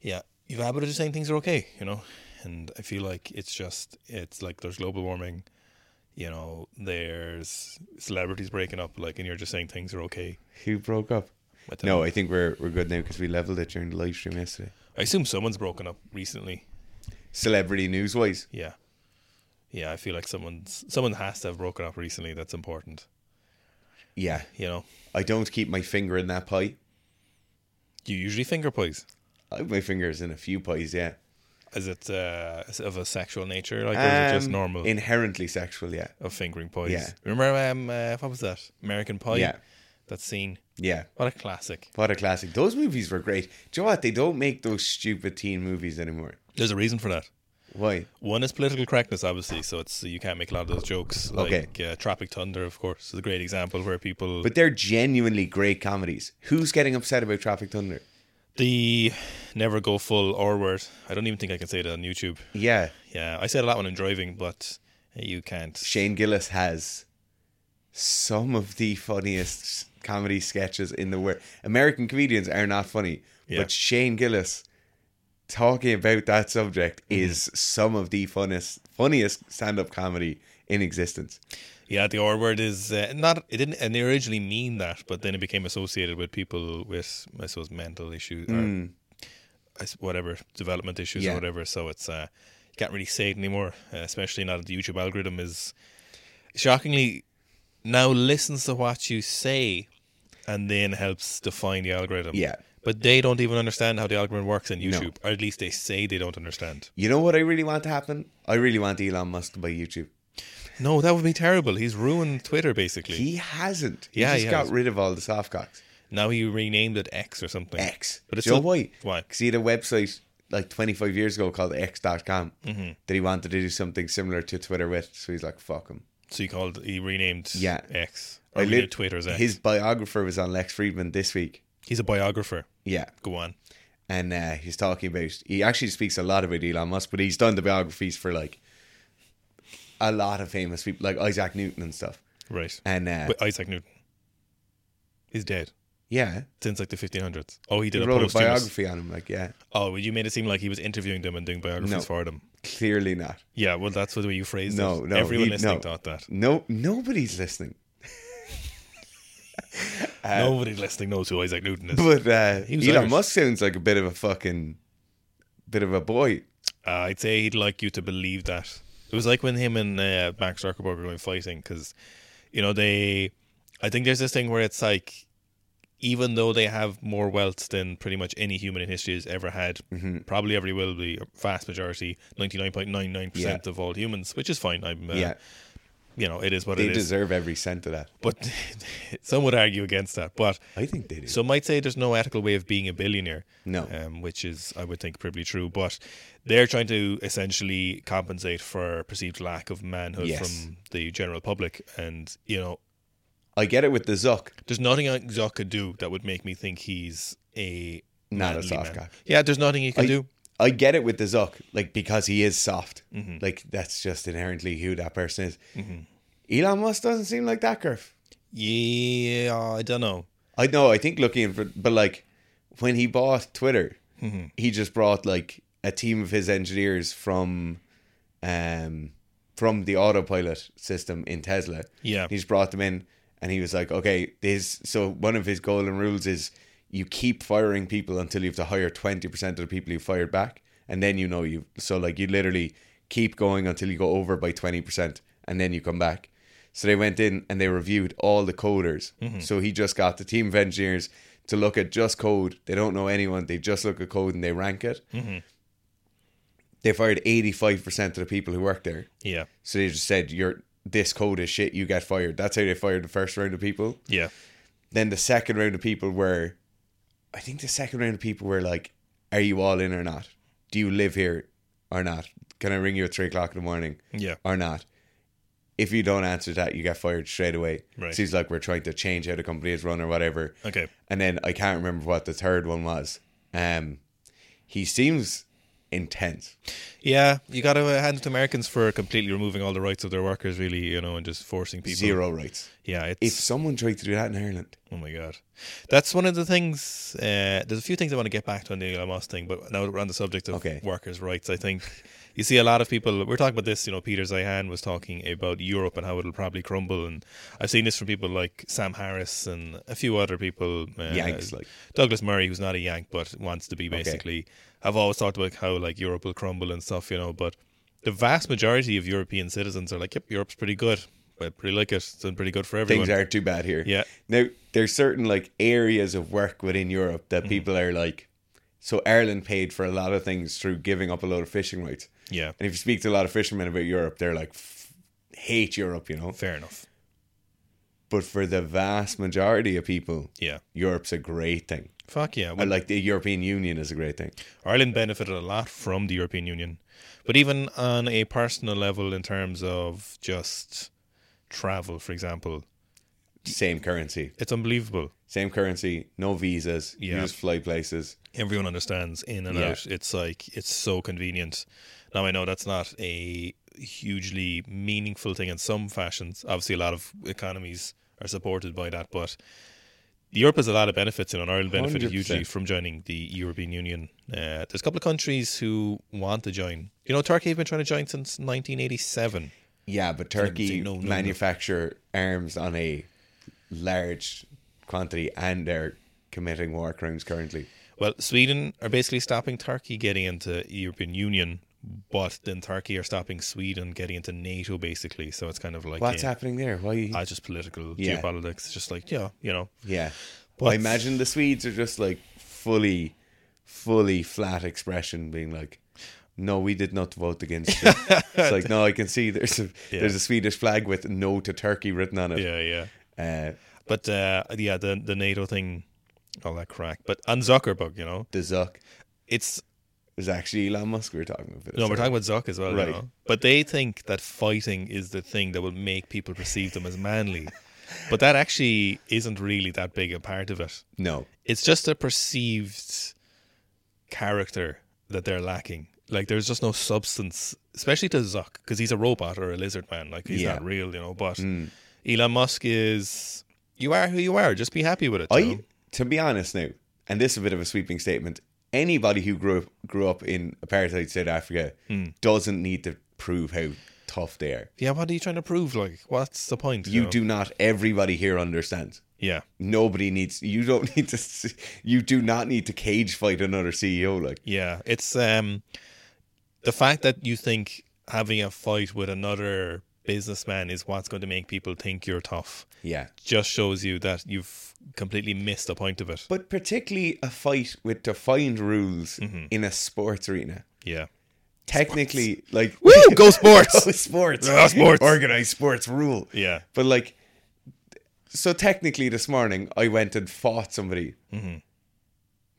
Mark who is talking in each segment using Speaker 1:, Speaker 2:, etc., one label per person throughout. Speaker 1: yeah, you've habit of just saying things are okay, you know. And I feel like it's just it's like there's global warming, you know. There's celebrities breaking up, like, and you're just saying things are okay.
Speaker 2: Who broke up?
Speaker 1: But then-
Speaker 2: No, I think we're we're good now because we leveled it during the live stream yesterday.
Speaker 1: I assume someone's broken up recently.
Speaker 2: Celebrity news wise,
Speaker 1: Yeah, yeah. I feel like someone's someone has to have broken up recently. That's important,
Speaker 2: yeah,
Speaker 1: you know.
Speaker 2: I don't keep my finger in that pie.
Speaker 1: Do you usually finger pies?
Speaker 2: I have my fingers in a few pies, yeah.
Speaker 1: Is it uh, is it of a sexual nature, like, or is it just
Speaker 2: Um,
Speaker 1: normal
Speaker 2: Inherently sexual, yeah,
Speaker 1: of fingering pies?
Speaker 2: Yeah.
Speaker 1: Remember, um, uh, what was that American Pie?
Speaker 2: Yeah.
Speaker 1: that scene.
Speaker 2: yeah.
Speaker 1: What a classic.
Speaker 2: What a classic! Those movies were great. Do you know what? They don't make those stupid teen movies anymore.
Speaker 1: There's a reason for that.
Speaker 2: Why?
Speaker 1: One is political correctness, obviously, so it's you can't make a lot of those jokes. Like
Speaker 2: Okay.
Speaker 1: uh, Tropic Thunder, of course, is a great example where people.
Speaker 2: But they're genuinely great comedies. Who's getting upset about Traffic Thunder?
Speaker 1: the never go full R word. I don't even think I can say that on YouTube.
Speaker 2: Yeah,
Speaker 1: Yeah, I said a lot when I'm driving, but you can't.
Speaker 2: Shane Gillis has some of the funniest comedy sketches in the world. American comedians are not funny,
Speaker 1: Yeah.
Speaker 2: but Shane Gillis talking about that subject
Speaker 1: Mm-hmm.
Speaker 2: is some of the funnest, funniest stand-up comedy in existence.
Speaker 1: Yeah, the R word is uh, not. It didn't, and they originally mean that, but then it became associated with people with, I suppose, mental issues or I s- whatever development issues
Speaker 2: Hmm. Yeah.
Speaker 1: or whatever. So it's uh, you can't really say it anymore, uh, especially now that the YouTube algorithm is shockingly now listens to what you say and then helps define the algorithm.
Speaker 2: Yeah.
Speaker 1: But they don't even understand how the algorithm works in YouTube, or at least they say they don't understand.
Speaker 2: You know what I really want to happen? I really want Elon Musk to buy YouTube.
Speaker 1: No, that would be terrible. He's ruined Twitter basically.
Speaker 2: He hasn't. He
Speaker 1: Yeah,
Speaker 2: just
Speaker 1: he
Speaker 2: got
Speaker 1: hasn't.
Speaker 2: rid of all the soft cocks.
Speaker 1: now he renamed it X or something.
Speaker 2: X.
Speaker 1: But it's
Speaker 2: Do you know
Speaker 1: still-
Speaker 2: why?
Speaker 1: Why?
Speaker 2: Because he had a website like 25 years ago called X.com
Speaker 1: Mm-hmm.
Speaker 2: that he wanted to do something similar to Twitter with. So he's like, fuck him.
Speaker 1: So he called he renamed
Speaker 2: Yeah.
Speaker 1: X. Or
Speaker 2: I
Speaker 1: renamed
Speaker 2: lit-
Speaker 1: Oh, Twitter as X.
Speaker 2: His biographer was on Lex Friedman this week.
Speaker 1: He's a biographer.
Speaker 2: Yeah.
Speaker 1: Go on.
Speaker 2: And uh, he's talking about, he actually speaks a lot about Elon Musk, but he's done the biographies for like a lot of famous people, like Isaac Newton and stuff.
Speaker 1: Right.
Speaker 2: And uh,
Speaker 1: But Isaac Newton. He's dead.
Speaker 2: yeah,
Speaker 1: Since like the fifteen hundreds. Oh he did
Speaker 2: he
Speaker 1: a
Speaker 2: wrote a
Speaker 1: posthumous-
Speaker 2: biography on him. Like, yeah,
Speaker 1: Oh, well, you made it seem like he was interviewing them and doing biographies
Speaker 2: No.
Speaker 1: for them.
Speaker 2: clearly not.
Speaker 1: Yeah, well that's the way you phrased
Speaker 2: No,
Speaker 1: it.
Speaker 2: no,
Speaker 1: Everyone
Speaker 2: he-
Speaker 1: listening
Speaker 2: no.
Speaker 1: thought that.
Speaker 2: No, nobody's listening. Uh,
Speaker 1: Nobody listening knows who Isaac Newton is.
Speaker 2: But uh,
Speaker 1: He was
Speaker 2: Elon
Speaker 1: Irish.
Speaker 2: Musk sounds like a bit of a fucking bit of a boy.
Speaker 1: Uh, I'd say he'd like you to believe that. It was like when him and uh, Mark Zuckerberg were going fighting because, you know, they. I think there's this thing where it's like, even though they have more wealth than pretty much any human in history has ever had,
Speaker 2: Mm-hmm.
Speaker 1: probably ever will be, vast majority, 99.99%
Speaker 2: Yeah.
Speaker 1: of all humans, which is fine. I'm, uh,
Speaker 2: yeah,
Speaker 1: You know, it is what
Speaker 2: they
Speaker 1: it is.
Speaker 2: deserve every cent of that.
Speaker 1: But some would argue against that. But
Speaker 2: I think they do.
Speaker 1: some might say there's no ethical way of being a billionaire.
Speaker 2: No.
Speaker 1: Um, which is, I would think, probably true. But they're trying to essentially compensate for perceived lack of manhood
Speaker 2: Yes.
Speaker 1: from the general public. And, you know,
Speaker 2: I get it with the Zuck.
Speaker 1: there's nothing I- Zuck could do that would make me think he's a.
Speaker 2: Not a
Speaker 1: manly man.
Speaker 2: soft guy.
Speaker 1: Yeah, there's nothing he can
Speaker 2: I-
Speaker 1: do.
Speaker 2: I get it with the Zuck, like because he is soft. Like that's just inherently who that person is. Elon Musk doesn't seem like that curve.
Speaker 1: Yeah, I don't know.
Speaker 2: I know. I think looking for, but like when he bought Twitter, he just brought like a team of his engineers from, um, from the autopilot system in Tesla.
Speaker 1: Yeah.
Speaker 2: he's brought them in, and he was like, okay, this. So one of his golden rules is you keep firing people until you have to hire twenty percent of the people you fired back, and then you know you. So like you literally keep going until you go over by twenty percent, and then you come back. So they went in and they reviewed all the coders. So he just got the team of engineers to look at just code. They don't know anyone. They just look at code and they rank it. They fired 85% of the people who worked there.
Speaker 1: Yeah,
Speaker 2: So they just said, "You're this code is shit. You get fired." That's how they fired the first round of people.
Speaker 1: yeah.
Speaker 2: Then the second round of people were, I think the second round of people were like, "Are you all in or not? Do you live here or not? Can I ring you at three o'clock in the morning
Speaker 1: Yeah.
Speaker 2: or not?" If you don't answer that, you get fired straight away.
Speaker 1: Right.
Speaker 2: Seems like we're trying to change how the company is run or whatever.
Speaker 1: Okay.
Speaker 2: And then I can't remember what the third one was. Um, he seems intense.
Speaker 1: Yeah, you got to hand it to Americans for completely removing all the rights of their workers, really, you know, and just forcing people.
Speaker 2: Zero rights.
Speaker 1: Yeah, it's
Speaker 2: If someone tried to do that in Ireland,
Speaker 1: oh my god, that's one of the things. Uh, there's a few things I want to get back to on the Elon Musk thing, but now that we're on the subject of
Speaker 2: Okay.
Speaker 1: workers' rights, I think you see a lot of people. We're talking about this, you know. Peter Zihan was talking about Europe and how it'll probably crumble, and I've seen this from people like Sam Harris and a few other people. Uh,
Speaker 2: Yanks, like.
Speaker 1: Douglas Murray, who's not a Yank but wants to be basically, have always talked about how like Europe will crumble and stuff, you know. But the vast majority of European citizens are like, yep, Europe's pretty good. I pretty like it. It's done pretty good for everyone.
Speaker 2: things aren't too bad here.
Speaker 1: Yeah.
Speaker 2: Now there's certain like areas of work within Europe that people are like. So Ireland paid for a lot of things through giving up a lot of fishing rights.
Speaker 1: yeah,
Speaker 2: And if you speak to a lot of fishermen about Europe, they're like, "F- hate Europe, you know.
Speaker 1: fair enough.
Speaker 2: But for the vast majority of people,
Speaker 1: Yeah.
Speaker 2: Europe's a great thing.
Speaker 1: Fuck yeah.
Speaker 2: And
Speaker 1: Well,
Speaker 2: like the European Union is a great thing.
Speaker 1: Ireland benefited a lot from the European Union. But even on a personal level, in terms of just travel, for example,
Speaker 2: Same currency,
Speaker 1: it's unbelievable.
Speaker 2: same currency, no visas. You
Speaker 1: Yeah.
Speaker 2: just fly places.
Speaker 1: everyone understands in and
Speaker 2: Yeah.
Speaker 1: out. It's like it's so convenient. Now I know that's not a hugely meaningful thing in some fashions. Obviously, a lot of economies are supported by that, but Europe has a lot of benefits, you know, and Ireland benefited
Speaker 2: 100%.
Speaker 1: hugely from joining the European Union. Uh, there's a couple of countries who want to join. You know, Turkey have been trying to join since 1987.
Speaker 2: Yeah, but
Speaker 1: say
Speaker 2: Turkey
Speaker 1: no, no, no.
Speaker 2: manufacture arms on a large quantity, and they're committing war crimes currently.
Speaker 1: Well, Sweden are basically stopping Turkey getting into European Union, but then Turkey are stopping Sweden getting into NATO, basically. So it's kind of like
Speaker 2: What's
Speaker 1: a-
Speaker 2: happening there? Why?
Speaker 1: I just political
Speaker 2: Yeah.
Speaker 1: geopolitics. Just like yeah, you know.
Speaker 2: yeah,
Speaker 1: But-
Speaker 2: I imagine the Swedes are just like fully, fully flat expression, being like, "No, we did not vote against." It. it's like, no, I can see there's a there's a Swedish flag with "No to Turkey" written on it.
Speaker 1: Yeah, yeah.
Speaker 2: Uh,
Speaker 1: But uh, yeah, the the NATO thing, all that crack. But on Zuckerberg, you know,
Speaker 2: the Zuck
Speaker 1: it's
Speaker 2: is actually Elon Musk. We were talking about.
Speaker 1: no, we're talking about Zuck as well, you
Speaker 2: Right.
Speaker 1: know. But they think that fighting is the thing that will make people perceive them as manly. But that actually isn't really that big a part of it.
Speaker 2: no,
Speaker 1: It's just a perceived character that they're lacking. Like there's just no substance, especially to Zuck, because he's a robot or a lizard man. Like he's
Speaker 2: Yeah. Mm.
Speaker 1: not real, you know. But Elon Musk is you are who you are. Just be happy with it. you know?
Speaker 2: I, to be honest now, and this is a bit of a sweeping statement. Anybody who grew up, grew up in apartheid South Africa
Speaker 1: Hmm.
Speaker 2: doesn't need to prove how tough they are.
Speaker 1: Yeah, what are you trying to prove? Like, what's the point?
Speaker 2: You
Speaker 1: know?
Speaker 2: do not. Everybody here understands.
Speaker 1: Yeah,
Speaker 2: Nobody needs. You don't need to. s- You do not need to cage fight another CEO. Like
Speaker 1: yeah. It's um, the fact that you think having a fight with another businessman is what's going to make people think you're tough.
Speaker 2: yeah,
Speaker 1: Just shows you that you've completely missed the point of it.
Speaker 2: but particularly a fight with defined rules
Speaker 1: Mm-hmm.
Speaker 2: in a sports arena.
Speaker 1: Yeah.
Speaker 2: Technically, like
Speaker 1: Woo! Go sports.
Speaker 2: Oh, sports.
Speaker 1: Ah, sports.
Speaker 2: Organized sports rule.
Speaker 1: Yeah.
Speaker 2: But like, so technically, this morning I went and fought somebody.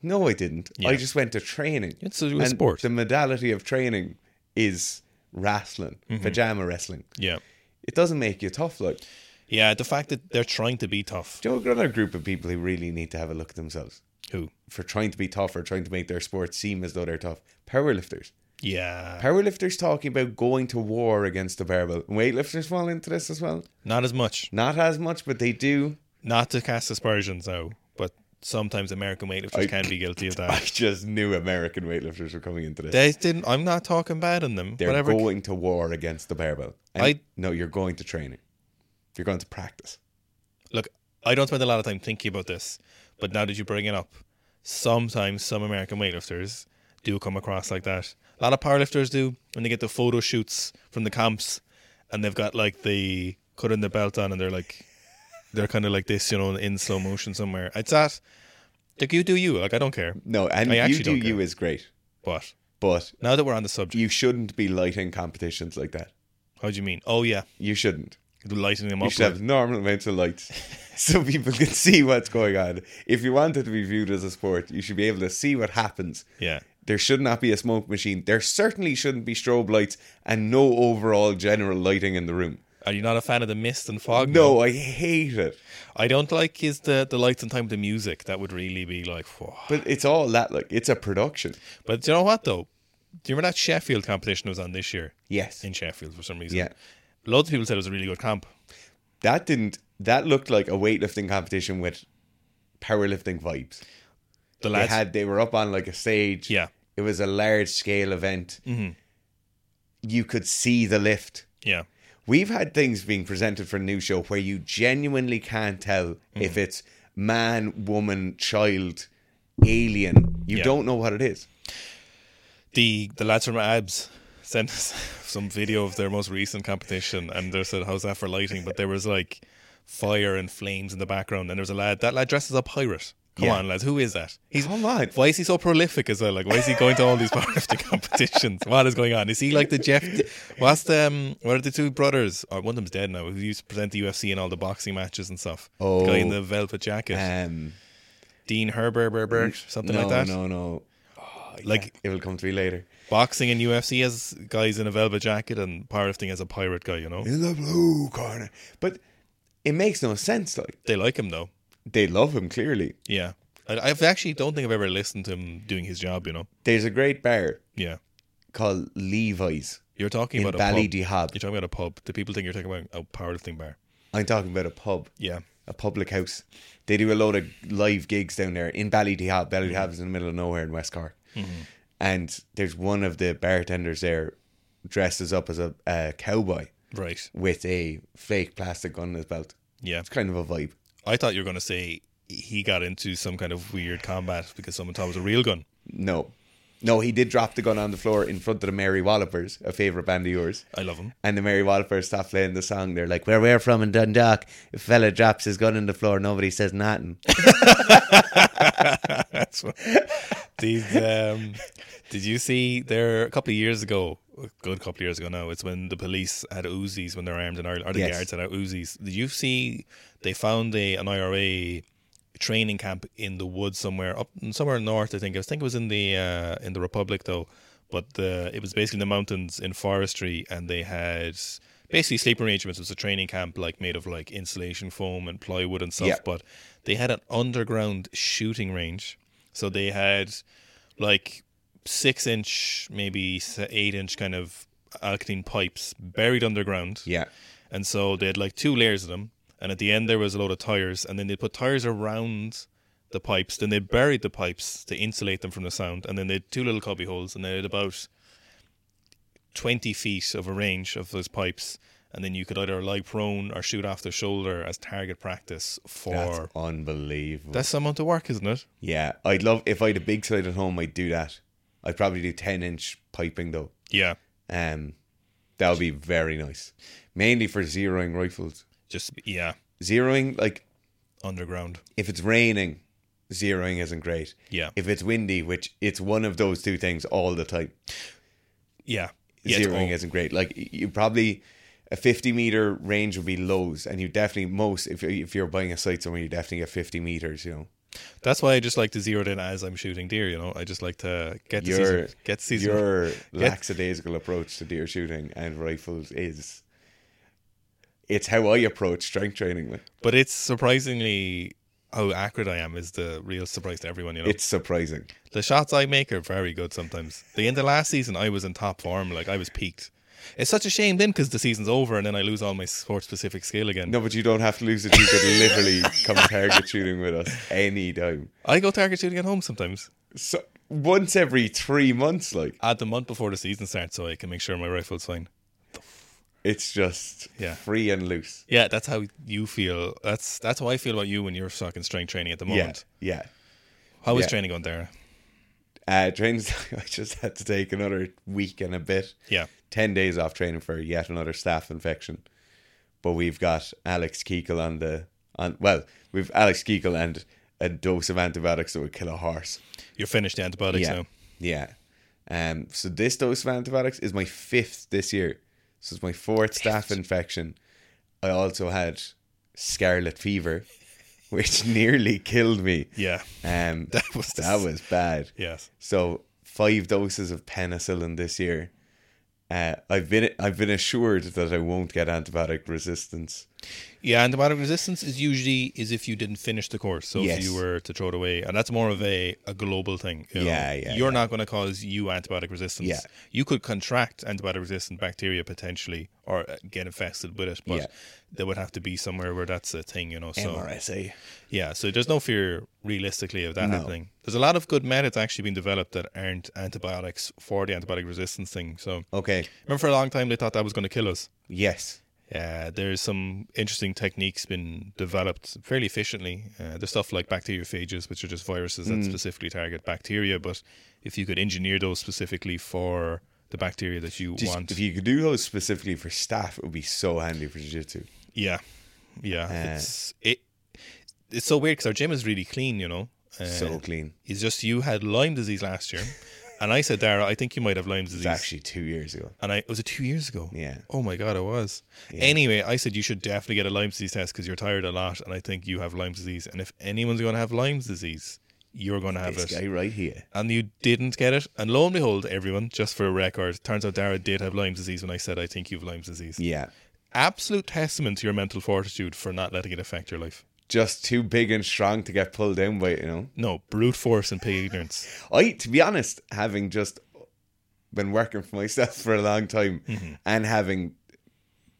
Speaker 2: No, I didn't. I just went to training.
Speaker 1: It's a- it's
Speaker 2: And
Speaker 1: sport.
Speaker 2: The modality of training is wrestling, pajama wrestling.
Speaker 1: Yeah.
Speaker 2: It doesn't make you tough. Like,
Speaker 1: Yeah. The fact that they're trying to be tough.
Speaker 2: do you know another group of people who really need to have a look at themselves
Speaker 1: Who?
Speaker 2: for trying to be tough or trying to make their sport seem as though they're tough? Powerlifters.
Speaker 1: Yeah.
Speaker 2: Powerlifters talking about going to war against the barbell. Weightlifters fall into this as well.
Speaker 1: Not as much.
Speaker 2: Not as much, but they do.
Speaker 1: Not to cast aspersions now, but sometimes American weightlifters
Speaker 2: I-
Speaker 1: can be guilty of
Speaker 2: I
Speaker 1: that.
Speaker 2: just knew American weightlifters were coming into this.
Speaker 1: They didn't. I'm not talking bad on them.
Speaker 2: They're
Speaker 1: Whatever.
Speaker 2: going to war against the barbell. And
Speaker 1: I-
Speaker 2: no, you're going to training. You're going to practice.
Speaker 1: Look, I don't spend a lot of time thinking about this, but now that you bring it up, sometimes some American weightlifters do come across like that. A lot of powerlifters do when they get the photo shoots from the camps, and they've got like the cutting the belt on, and they're like, they're kind of like this, you know, in slow motion somewhere. It's that. Like you do you. Like I don't care.
Speaker 2: No, and
Speaker 1: I actually
Speaker 2: you do
Speaker 1: don't care.
Speaker 2: you is great,
Speaker 1: But
Speaker 2: but
Speaker 1: now that we're on the subject,
Speaker 2: you shouldn't be lighting competitions like that.
Speaker 1: how do you mean? Oh yeah,
Speaker 2: You shouldn't.
Speaker 1: lighting them
Speaker 2: You
Speaker 1: up.
Speaker 2: should have normal amounts of lights so people can see what's going on. If you want it to be viewed as a sport, you should be able to see what happens.
Speaker 1: yeah.
Speaker 2: There should not be a smoke machine. There certainly shouldn't be strobe lights and no overall general lighting in the room.
Speaker 1: Are you not a fan of the mist and fog?
Speaker 2: No, I hate it.
Speaker 1: I don't like is the the lights and time with the music. That would really be like, whoa.
Speaker 2: But it's all that like it's a production.
Speaker 1: But you know what though? Do you remember that Sheffield competition was on this year
Speaker 2: Yes.
Speaker 1: in Sheffield for some reason?
Speaker 2: Yeah.
Speaker 1: Loads of people said it was a really good comp.
Speaker 2: That didn't that looked like a weightlifting competition with powerlifting vibes.
Speaker 1: The
Speaker 2: They
Speaker 1: lads,
Speaker 2: had they were up on like a stage.
Speaker 1: yeah, Mm-hmm.
Speaker 2: It was a large scale event. You could see the lift.
Speaker 1: yeah,
Speaker 2: We've had things being presented for a new show where you genuinely can't tell
Speaker 1: Mm-hmm.
Speaker 2: if it's man, woman, child, alien. You
Speaker 1: Yeah.
Speaker 2: don't know what it is.
Speaker 1: the the lads from Abs sent us some video of their most recent competition, and they said, "How's that for lighting?" But there was like fire and flames in the background, and there was a lad. That lad dresses as a pirate. Come
Speaker 2: Yeah.
Speaker 1: on, lads, who is that? He's
Speaker 2: Come on.
Speaker 1: why is he so prolific as well? Like, why is he going to all these powerlifting competitions? What is going on? Is he like the Jeff? What's the um, what are the two brothers? Oh, one of them's dead now. Who used to present the UFC and all the boxing matches and stuff?
Speaker 2: Oh.
Speaker 1: the guy in the velvet jacket,
Speaker 2: Um,
Speaker 1: Dean Herbert, something
Speaker 2: no,
Speaker 1: like that.
Speaker 2: no, no.
Speaker 1: Like
Speaker 2: It will come to me later.
Speaker 1: boxing and UFC has guys in a velvet jacket and powerlifting as a pirate guy, you know?
Speaker 2: In the blue corner. But it makes no sense. Like
Speaker 1: They like him though.
Speaker 2: they love him clearly.
Speaker 1: Yeah. I I've actually don't think I've ever listened to him doing his job, you know?
Speaker 2: There's a great bar
Speaker 1: Yeah.
Speaker 2: callally Levi's
Speaker 1: You're talking
Speaker 2: in
Speaker 1: about a pub.
Speaker 2: Ballydehab.
Speaker 1: You're talking about a pub. Do people think you're talking about a powerlifting bar?
Speaker 2: I'm talking about a pub,
Speaker 1: Yeah.
Speaker 2: a public house. They do a load of live gigs down there in Ballydehab. Ballydehab is in the middle of nowhere in West Cork.
Speaker 1: Mm-hmm.
Speaker 2: And there's one of the bartenders there dresses up as a, a cowboy
Speaker 1: Right.
Speaker 2: with a fake plastic gun in his belt.
Speaker 1: Yeah.
Speaker 2: It's kind of a vibe.
Speaker 1: I thought you were gonna say he got into some kind of weird combat because someone thought it was a real gun.
Speaker 2: No. No, he did drop the gun on the floor in front of the Mary Wallopers, a favourite band of yours.
Speaker 1: I love him.
Speaker 2: And the Mary Wallopers stopped playing the song. They're like, Where we're from in Dundalk, if a fella drops his gun on the floor, nobody says nothing.
Speaker 1: That's what these um did you see there a couple of years ago a good couple of years ago now it's when the police had Uzis when they're armed in Ireland or the
Speaker 2: Yes.
Speaker 1: guards had Uzis did you see they found a an IRA training camp in the woods somewhere up somewhere north I think I think it was in the uh, in the Republic though but the it was basically in the mountains in forestry and they had basically sleeping arrangements it was a training camp like made of like insulation foam and plywood and stuff
Speaker 2: Yeah.
Speaker 1: but they had an underground shooting range so they had like six inch, maybe se- eight inch kind of alkene pipes buried underground.
Speaker 2: Yeah.
Speaker 1: And so they had like two layers of them. And at the end, there was a load of tires. And then they put tires around the pipes. Then they buried the pipes to insulate them from the sound. And then they had two little cubby holes. And they had about 20 feet of a range of those pipes. And then you could either lie prone or shoot off the shoulder as target practice for.
Speaker 2: That's
Speaker 1: That's,
Speaker 2: unbelievable.
Speaker 1: some amount of work, isn't it?
Speaker 2: yeah. I'd love if I had a big slide at home, I'd do that. I'd probably do ten inch piping though.
Speaker 1: Yeah.
Speaker 2: Um that would be very nice. Mainly for zeroing rifles.
Speaker 1: Just, yeah,
Speaker 2: Zeroing like
Speaker 1: underground.
Speaker 2: if it's raining, zeroing isn't great.
Speaker 1: Yeah.
Speaker 2: If it's windy, which it's one of those two things all the time,
Speaker 1: Yeah. yeah it's
Speaker 2: zeroing
Speaker 1: all-
Speaker 2: isn't great. Like y- you probably a fifty meter range would be lows, and you definitely most if if you're buying a site somewhere, you definitely get fifty meters. You know,
Speaker 1: That's why I just like to zero it in as I'm shooting deer. You know, I just like to get to
Speaker 2: your
Speaker 1: season, get to season.
Speaker 2: your lackadaisical approach to deer shooting and rifles is. It's how I approach strength training. like.
Speaker 1: but it's surprisingly how accurate I am is the real surprise to everyone. You know,
Speaker 2: It's surprising.
Speaker 1: the shots I make are very good sometimes. The end of last season, I was in top form. Like I was peaked. It's such a shame then because the season's over and then I lose all my sport specific skill again.
Speaker 2: No, but you don't have to lose it. You could literally come target shooting with us any time.
Speaker 1: I go target shooting at home sometimes.
Speaker 2: So once every three months, like
Speaker 1: Add the month before the season starts so I can make sure my rifle's fine.
Speaker 2: it's just
Speaker 1: Yeah.
Speaker 2: free and loose.
Speaker 1: Yeah, that's how you feel. That's that's how I feel about you when you're fucking strength training at the moment.
Speaker 2: Yeah, yeah.
Speaker 1: How is
Speaker 2: Yeah.
Speaker 1: training going there?
Speaker 2: Uh, trains. I just had to take another week and a bit.
Speaker 1: Yeah.
Speaker 2: ten days off training for yet another staph infection. But we've got Alex Keekle on the on. Well, we've Alex Keekle and a dose of antibiotics that would kill a horse.
Speaker 1: You're finished the antibiotics now.
Speaker 2: yeah. Um. So this dose of antibiotics is my fifth this year. So it's my fourth staph infection. I also had scarlet fever, which nearly killed me.
Speaker 1: Yeah.
Speaker 2: Um,
Speaker 1: That was the
Speaker 2: that
Speaker 1: s-
Speaker 2: was bad.
Speaker 1: Yes.
Speaker 2: So five doses of penicillin this year. Uh, I've been I've been assured that I won't get antibiotic resistance,
Speaker 1: Yeah, and the amount of resistance is usually is if you didn't finish the course. So
Speaker 2: Yes.
Speaker 1: if you were to throw it away, and that's more of a, a global thing. you know.
Speaker 2: Yeah, yeah,
Speaker 1: You're
Speaker 2: yeah.
Speaker 1: not going to cause you antibiotic resistance.
Speaker 2: Yeah.
Speaker 1: You could contract antibiotic resistant bacteria potentially, or uh, get infested with it. But
Speaker 2: Yeah.
Speaker 1: there would have to be somewhere where that's a thing, you know. So
Speaker 2: MRSA.
Speaker 1: yeah, so there's no fear realistically of that happening. There's a lot of good methods actually being developed that aren't antibiotics for the antibiotic resistance thing. So
Speaker 2: Okay.
Speaker 1: remember, for a long time they thought that was going to kill us.
Speaker 2: Yes.
Speaker 1: Uh, there's some interesting techniques been developed fairly efficiently. Uh, there's stuff like bacteriophages, which are just viruses
Speaker 2: Hmm.
Speaker 1: that specifically target bacteria. But if you could engineer those specifically for the bacteria that you
Speaker 2: Just-
Speaker 1: want,
Speaker 2: If you could do those specifically for staff, it would be so handy for jiu-jitsu.
Speaker 1: yeah, yeah,
Speaker 2: Uh.
Speaker 1: it's it. It's so weird because our gym is really clean, you know. Uh,
Speaker 2: so clean.
Speaker 1: it's just you had Lyme disease last year, and I said, Dara, I think you might have Lyme disease.
Speaker 2: It's actually two years ago.
Speaker 1: And I was it two years ago.
Speaker 2: Yeah.
Speaker 1: Oh my god, I was. Anyway, I said you should definitely get a Lyme disease test because you're tired a lot, and I think you have Lyme disease. And if anyone's going to have Lyme disease, you're going to have
Speaker 2: This
Speaker 1: it.
Speaker 2: guy right here.
Speaker 1: And you didn't get it, and lo and behold, everyone, just for a record, turns out Dara did have Lyme disease when I said I think you've Lyme disease.
Speaker 2: Yeah.
Speaker 1: Absolute testament to your mental fortitude for not letting it affect your life.
Speaker 2: Just too big and strong to get pulled down by, it, you know.
Speaker 1: No brute force and pig ignorance.
Speaker 2: I, to be honest, having just been working for myself for a long time and having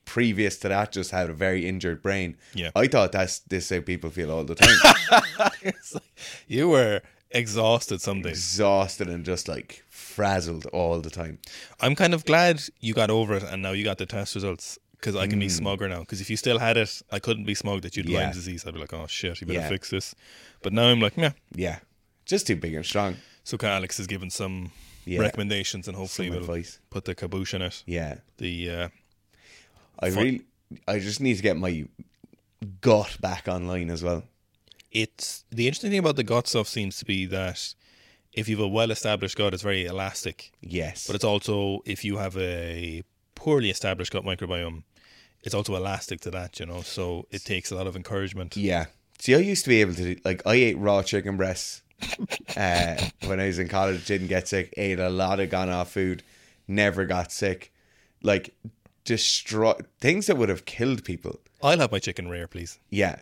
Speaker 2: previous to that just had a very injured brain.
Speaker 1: Yeah.
Speaker 2: I thought that's this how people feel all the time.
Speaker 1: It's like, you were exhausted some days.
Speaker 2: Exhausted and just like frazzled all the time.
Speaker 1: I'm kind of glad you got over it and now you got the test results because I can be smugger now. Because if you still had it, I couldn't be smug that you'd
Speaker 2: Mm. Yeah.
Speaker 1: Lyme disease. I'd be like, oh shit, you better
Speaker 2: Yeah.
Speaker 1: fix this. But now I'm like, yeah.
Speaker 2: Yeah. Just too big and strong.
Speaker 1: So kind of Alex has given some
Speaker 2: Yeah.
Speaker 1: recommendations and hopefully
Speaker 2: Some
Speaker 1: we'll
Speaker 2: advice.
Speaker 1: put the caboose on it.
Speaker 2: Yeah.
Speaker 1: The uh,
Speaker 2: I
Speaker 1: Fun-
Speaker 2: really, I just need to get my gut back online as well.
Speaker 1: it's the interesting thing about the gut stuff seems to be that if you've a well-established gut, it's very elastic.
Speaker 2: Yes.
Speaker 1: But it's also if you have a poorly established gut microbiome, it's also elastic to that, you know. So it takes a lot of encouragement.
Speaker 2: yeah. See, I used to be able to do, like I ate raw chicken breasts uh, when I was in college. Didn't get sick. Ate a lot of gone off food. Never got sick. Like destroy things that would have killed people.
Speaker 1: I'll have my chicken rare, please.
Speaker 2: Yeah.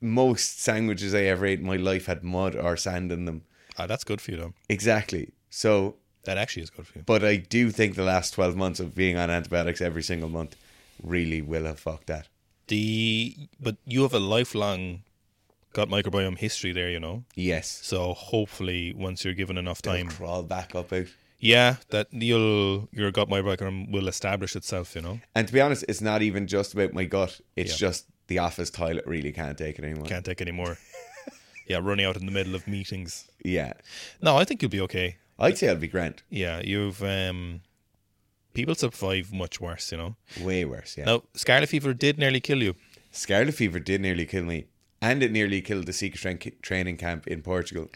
Speaker 2: Most sandwiches I ever ate in my life had mud or sand in them.
Speaker 1: Ah, that's good for you, though.
Speaker 2: Exactly. So
Speaker 1: That actually is good for you.
Speaker 2: But I do think the last 12 months of being on antibiotics every single month really will have fucked that.
Speaker 1: The but you have a lifelong gut microbiome history there, you know.
Speaker 2: Yes.
Speaker 1: So hopefully, once you're given enough time,
Speaker 2: Crawl back up out.
Speaker 1: yeah, that you'll your gut microbiome will establish itself, you know.
Speaker 2: And to be honest, it's not even just about my gut, it's just the office toilet really can't take it anymore.
Speaker 1: Can't take any more. yeah, running out in the middle of meetings.
Speaker 2: Yeah.
Speaker 1: No, I think you'll be okay.
Speaker 2: I'd say I'll be grand.
Speaker 1: Yeah, you've um, people survive much worse, you know.
Speaker 2: Way worse, yeah.
Speaker 1: Now, scarlet fever did nearly kill you.
Speaker 2: Scarlet fever did nearly kill me, and it nearly killed the secret train- training camp in Portugal.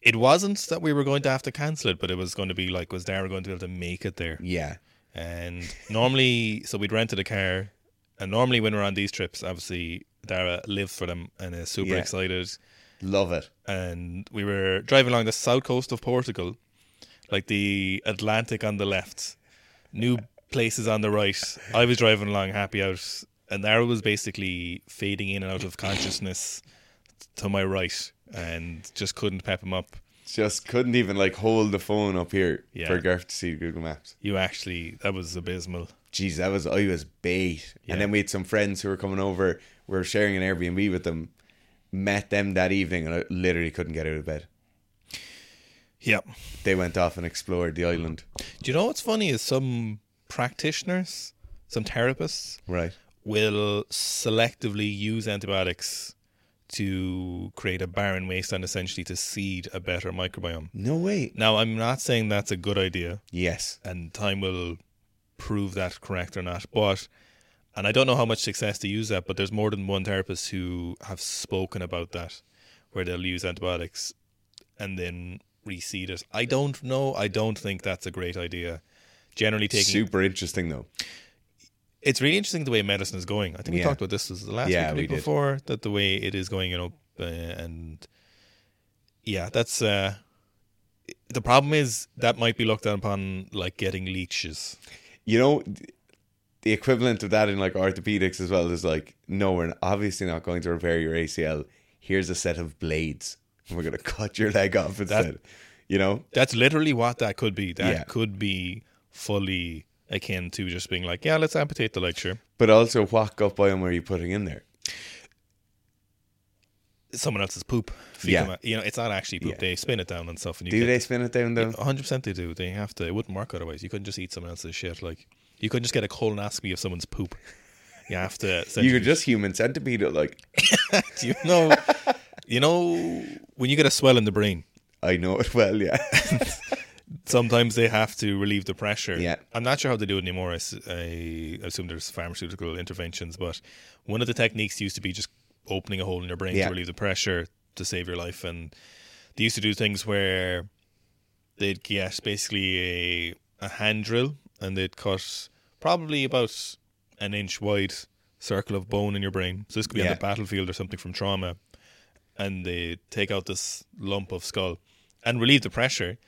Speaker 1: It wasn't that we were going to have to cancel it, but it was going to be like, was Dara going to be able to make it there?
Speaker 2: Yeah.
Speaker 1: And normally, so we'd rented a car, and normally when we're on these trips, obviously Dara lives for them and is super
Speaker 2: Yeah.
Speaker 1: excited.
Speaker 2: Love it.
Speaker 1: And we were driving along the south coast of Portugal, like the Atlantic on the left, new places on the right. I was driving along, happy out, and Dara was basically fading in and out of consciousness to my right, and just couldn't pep him up.
Speaker 2: Just couldn't even like hold the phone up here
Speaker 1: Yeah.
Speaker 2: for Garth to see Google Maps.
Speaker 1: You actually, that was abysmal.
Speaker 2: Jeez, that was I was bait.
Speaker 1: Yeah.
Speaker 2: And then we had some friends who were coming over. We were sharing an Airbnb with them. Met them that evening, and I literally couldn't get out of bed.
Speaker 1: Yep.
Speaker 2: They went off and explored the island.
Speaker 1: Do you know what's funny is some practitioners, some therapists
Speaker 2: Right.
Speaker 1: will selectively use antibiotics to create a barren wasteland essentially to seed a better microbiome.
Speaker 2: No way.
Speaker 1: Now I'm not saying that's a good idea
Speaker 2: Yes.
Speaker 1: and time will prove that correct or not, but and I don't know how much success they use that, but there's more than one therapist who have spoken about that where they'll use antibiotics and then reseed it. I don't know. I don't think that's a great idea. Generally taking
Speaker 2: Super interesting though.
Speaker 1: it's really interesting the way medicine is going. I think we
Speaker 2: Yeah.
Speaker 1: talked about this was the last
Speaker 2: Yeah,
Speaker 1: week, or
Speaker 2: we
Speaker 1: week
Speaker 2: did.
Speaker 1: before that the way it is going, you know, uh, and yeah, that's uh, the problem is that might be looked down upon like getting leeches.
Speaker 2: You know, the equivalent of that in like orthopedics as well is like, no, we're obviously not going to repair your ACL. Here's a set of blades. and We're going to cut your leg off instead. you know?
Speaker 1: That's literally what that could be. That
Speaker 2: Yeah.
Speaker 1: could be fully akin to just being like, yeah, let's amputate the leg, sure.
Speaker 2: But also, what gut biome are you putting in there?
Speaker 1: Someone else's poop.
Speaker 2: Yeah.
Speaker 1: fecal ma- You know, it's not actually poop.
Speaker 2: Yeah.
Speaker 1: They spin it down and stuff. And you
Speaker 2: Do
Speaker 1: get,
Speaker 2: they spin it down though?
Speaker 1: 100% they do. They have to. It wouldn't work otherwise. You couldn't just eat someone else's shit. Like, you couldn't just get a colonoscopy of someone's poop. You have to.
Speaker 2: You could just human centipede it. Like,
Speaker 1: Do you know, you know, when you get a swell in the brain,
Speaker 2: I know it well, yeah.
Speaker 1: sometimes they have to relieve the pressure.
Speaker 2: Yeah.
Speaker 1: I'm not sure how they do it anymore. I, s- I assume there's pharmaceutical interventions, but one of the techniques used to be just opening a hole in your brain
Speaker 2: Yeah.
Speaker 1: to relieve the pressure to save your life. And they used to do things where they'd get basically a, a hand drill and they'd cut probably about an inch wide circle of bone in your brain. So this could be on
Speaker 2: Yeah.
Speaker 1: the battlefield or something from trauma. And they take out this lump of skull and relieve the pressure.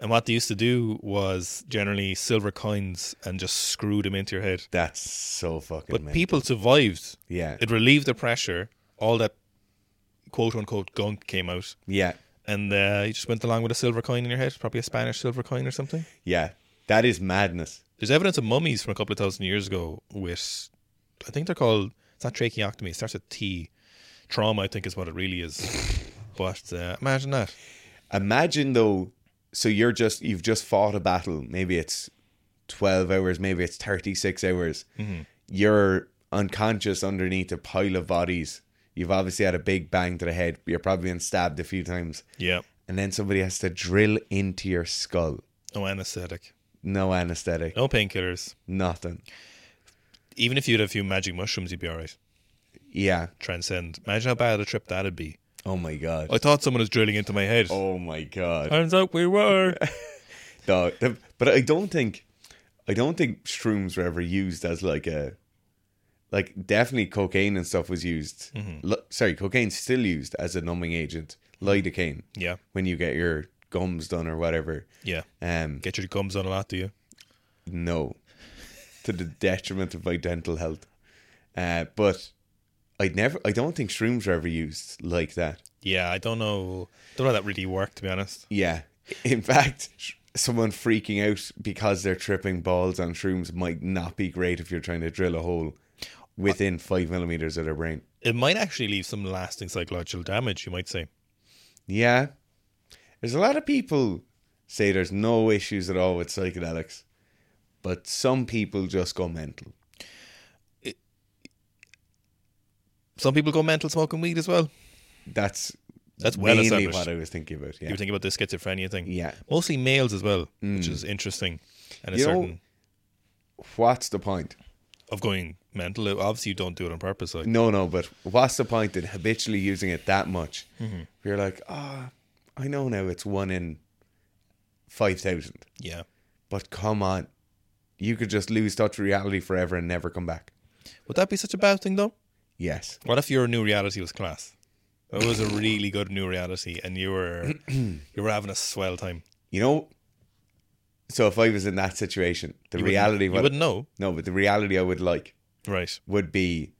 Speaker 1: And what they used to do was generally silver coins and just screw them into your head.
Speaker 2: That's so fucking
Speaker 1: But
Speaker 2: mental.
Speaker 1: people survived.
Speaker 2: Yeah.
Speaker 1: It relieved the pressure. All that quote unquote gunk came out.
Speaker 2: Yeah.
Speaker 1: And uh, you just went along with a silver coin in your head, probably a Spanish silver coin or something.
Speaker 2: Yeah. That is madness.
Speaker 1: There's evidence of mummies from a couple of thousand years ago with, I think they're called, it's not tracheotomy, it starts with T. Trauma, I think, is what it really is. but uh, imagine that.
Speaker 2: Imagine though, so you're just you've just fought a battle. Maybe it's twelve hours, maybe it's thirty six hours. You're unconscious underneath a pile of bodies. You've obviously had a big bang to the head. You're probably been stabbed a few times,
Speaker 1: Yeah.
Speaker 2: and then somebody has to drill into your skull.
Speaker 1: No Oh, anesthetic,
Speaker 2: No anesthetic,
Speaker 1: no painkillers.
Speaker 2: nothing.
Speaker 1: Even if you had a few magic mushrooms, you'd be all right.
Speaker 2: Yeah.
Speaker 1: Transcend. Imagine how bad a trip that'd be.
Speaker 2: Oh my god.
Speaker 1: I thought someone was drilling into my head.
Speaker 2: Oh my god.
Speaker 1: Turns out we were.
Speaker 2: No, the- but I don't think, I don't think shrooms were ever used as like a, like definitely cocaine and stuff was used. Lo- sorry, cocaine's still used as a numbing agent. Lidocaine
Speaker 1: yeah.
Speaker 2: when you get your gums done or whatever.
Speaker 1: Yeah.
Speaker 2: Um,
Speaker 1: Get your gums on a lot, do you?
Speaker 2: no, to the detriment of my dental health. Uh, but I never, I don't think shrooms were ever used like that.
Speaker 1: Yeah, I don't know. Don't know how that really worked, to be honest.
Speaker 2: Yeah. In fact, sh- someone freaking out because they're tripping balls on shrooms might not be great if you're trying to drill a hole within five millimeters of their brain.
Speaker 1: It might actually leave some lasting psychological damage, you might say.
Speaker 2: Yeah. There's a lot of people say there's no issues at all with psychedelics, but some people just go mental.
Speaker 1: Some people go mental smoking weed as well.
Speaker 2: That's
Speaker 1: That's well
Speaker 2: mainly
Speaker 1: established.
Speaker 2: what I was thinking about.
Speaker 1: You
Speaker 2: Yeah.
Speaker 1: were thinking about the schizophrenia thing.
Speaker 2: Yeah. Mm.
Speaker 1: Mostly males as well, which is interesting. And a
Speaker 2: You know-
Speaker 1: certain
Speaker 2: What's the point?
Speaker 1: of going mental. Obviously, you don't do it on purpose. Like,
Speaker 2: No, no, but what's the point in habitually using it that much?
Speaker 1: Mm-hmm.
Speaker 2: You're like, ah, I know now it's one in 5,000.
Speaker 1: yeah.
Speaker 2: But come on, you could just lose touch with reality forever and never come back.
Speaker 1: Would that be such a bad thing, though?
Speaker 2: Yes.
Speaker 1: What if your new reality was class? It was a really good new reality, and you were you were having a swell time.
Speaker 2: You know, so if I was in that situation, the
Speaker 1: You wouldn't-
Speaker 2: reality,
Speaker 1: you
Speaker 2: what,
Speaker 1: wouldn't know,
Speaker 2: no, but the reality I would like
Speaker 1: right?
Speaker 2: would be,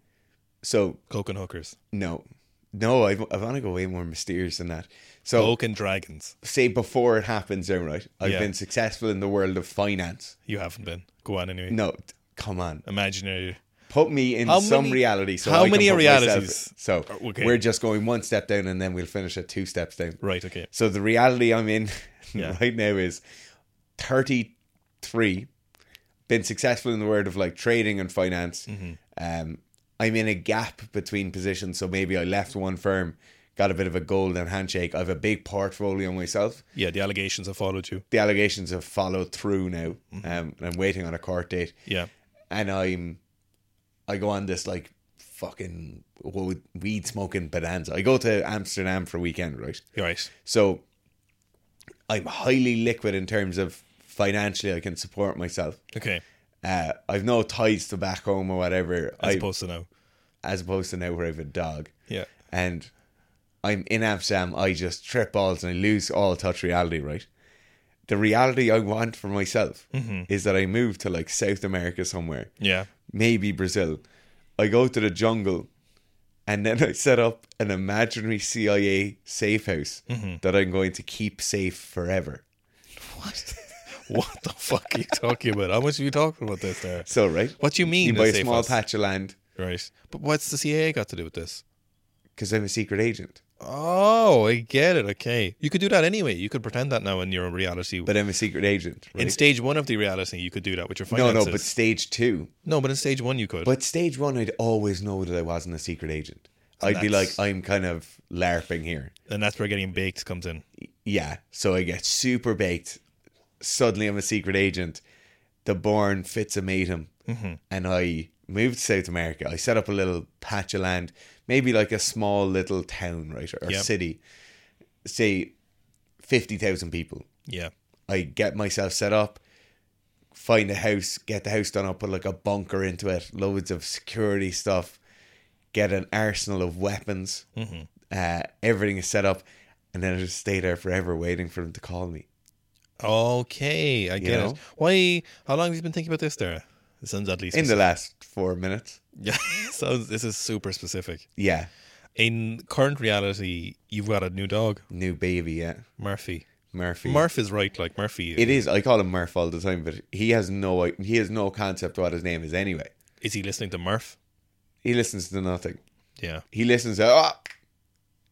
Speaker 2: so
Speaker 1: Coke and hookers,
Speaker 2: no, no, I, I want to go way more mysterious than that. So
Speaker 1: Coke and dragons.
Speaker 2: say before it happens, then, right?
Speaker 1: Oh.
Speaker 2: I've
Speaker 1: Yeah.
Speaker 2: been successful in the world of finance.
Speaker 1: You haven't been. Go on anyway.
Speaker 2: No, t- come on.
Speaker 1: Imaginary.
Speaker 2: Put me in
Speaker 1: How
Speaker 2: some
Speaker 1: many-
Speaker 2: reality. So
Speaker 1: how
Speaker 2: I can
Speaker 1: many
Speaker 2: put myself-
Speaker 1: realities? Oh,
Speaker 2: So
Speaker 1: Okay.
Speaker 2: we're just going one step down and then we'll finish at two steps down.
Speaker 1: Right. Okay.
Speaker 2: So the reality I'm in
Speaker 1: Yeah.
Speaker 2: right now is 33, been successful in the world of like trading and finance.
Speaker 1: Mm-hmm.
Speaker 2: Um, I'm in a gap between positions. So maybe I left one firm, got a bit of a golden handshake. I have a big portfolio myself.
Speaker 1: Yeah. The allegations have followed you.
Speaker 2: The allegations have followed through now.
Speaker 1: Mm-hmm.
Speaker 2: Um, and I'm waiting on a court date.
Speaker 1: Yeah.
Speaker 2: And I'm, I go on this like fucking wo- weed smoking bonanza. I go to Amsterdam for a weekend, right?
Speaker 1: You're right.
Speaker 2: So I'm highly liquid in terms of financially, I can support myself.
Speaker 1: Okay.
Speaker 2: Uh, I've no ties to back home or whatever,
Speaker 1: As
Speaker 2: I-
Speaker 1: opposed to now.
Speaker 2: as opposed to now where I have a dog.
Speaker 1: Yeah.
Speaker 2: And I'm in Amsterdam, I just trip balls and I lose all touch reality, right? The reality I want for myself is that I move to like South America somewhere
Speaker 1: Yeah.
Speaker 2: maybe Brazil. I go to the jungle and then I set up an imaginary CIA safe house
Speaker 1: Mm-hmm.
Speaker 2: that I'm going to keep safe forever.
Speaker 1: What? what the fuck are you talking about? How much have you talked about this there?
Speaker 2: So, right?
Speaker 1: What do you mean?
Speaker 2: You buy
Speaker 1: a
Speaker 2: a
Speaker 1: safe
Speaker 2: small
Speaker 1: house?
Speaker 2: patch of land
Speaker 1: Right. But what's the CIA got to do with this?
Speaker 2: because I'm a secret agent.
Speaker 1: Oh, I get it. Okay. You could do that anyway. You could pretend that now in your reality.
Speaker 2: But I'm a secret agent. Right?
Speaker 1: in stage one of the reality, you could do that with your
Speaker 2: no,
Speaker 1: finances.
Speaker 2: no, but stage two.
Speaker 1: No, but in stage one, you could.
Speaker 2: But stage one, I'd always know that I wasn't a secret agent. I'd be like,
Speaker 1: that's-
Speaker 2: I'm kind of LARPing here.
Speaker 1: and that's where getting baked comes in.
Speaker 2: Yeah. So I get super baked. Suddenly I'm a secret agent. The Bourne fits a matum. And I moved to South America. I set up a little patch of land, maybe like a small little town, right? Or
Speaker 1: Yep.
Speaker 2: city. Say 50,000 people.
Speaker 1: Yeah.
Speaker 2: I get myself set up, find a house, get the house done up, put like a bunker into it, loads of security stuff, get an arsenal of weapons. Mm-hmm. Uh, everything is set up, and then I just stay there forever waiting for them to call me.
Speaker 1: Okay. I get
Speaker 2: know?
Speaker 1: it. Why? How long have you been thinking about this there? It sounds at least.
Speaker 2: In the last four minutes.
Speaker 1: yeah. sounds, this is super specific.
Speaker 2: Yeah.
Speaker 1: In current reality, you've got a new dog,
Speaker 2: New baby, yeah.
Speaker 1: Murphy.
Speaker 2: Murphy.
Speaker 1: Murph is right. Like, Murphy.
Speaker 2: it is. I call him Murph all the time, but he has no he has no concept what his name is anyway.
Speaker 1: is he listening to Murph?
Speaker 2: He listens to nothing.
Speaker 1: Yeah.
Speaker 2: he listens to oh,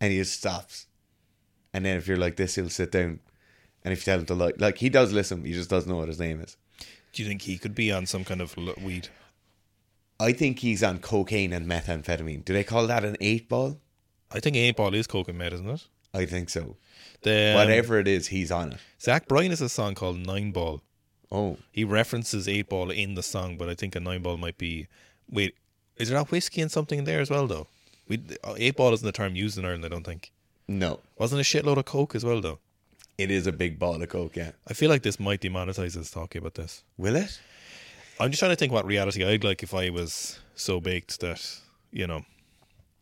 Speaker 2: and he just stops. And then if you're like this, he'll sit down. And if you tell him to like, like he does listen, he just doesn't know what his name is.
Speaker 1: Do you think he could be on some kind of l- weed?
Speaker 2: I think he's on cocaine and methamphetamine. Do they call that an eight ball?
Speaker 1: I think eight ball is coke and meth, isn't it?
Speaker 2: I think so. Um,
Speaker 1: The,
Speaker 2: Whatever it is, he's on it.
Speaker 1: Zach Bryan has a song called Nine Ball.
Speaker 2: Oh,
Speaker 1: He references eight ball in the song, but I think a nine ball might be. Wait, is there not whiskey and something in there as well though? We uh, eight ball isn't a term used in Ireland, I don't think.
Speaker 2: no.
Speaker 1: Wasn't a shitload of coke as well though.
Speaker 2: It is a big ball of coke, yeah.
Speaker 1: I feel like this might demonetize us talking about this.
Speaker 2: Will it?
Speaker 1: I'm just trying to think what reality I'd like if I was so baked that you know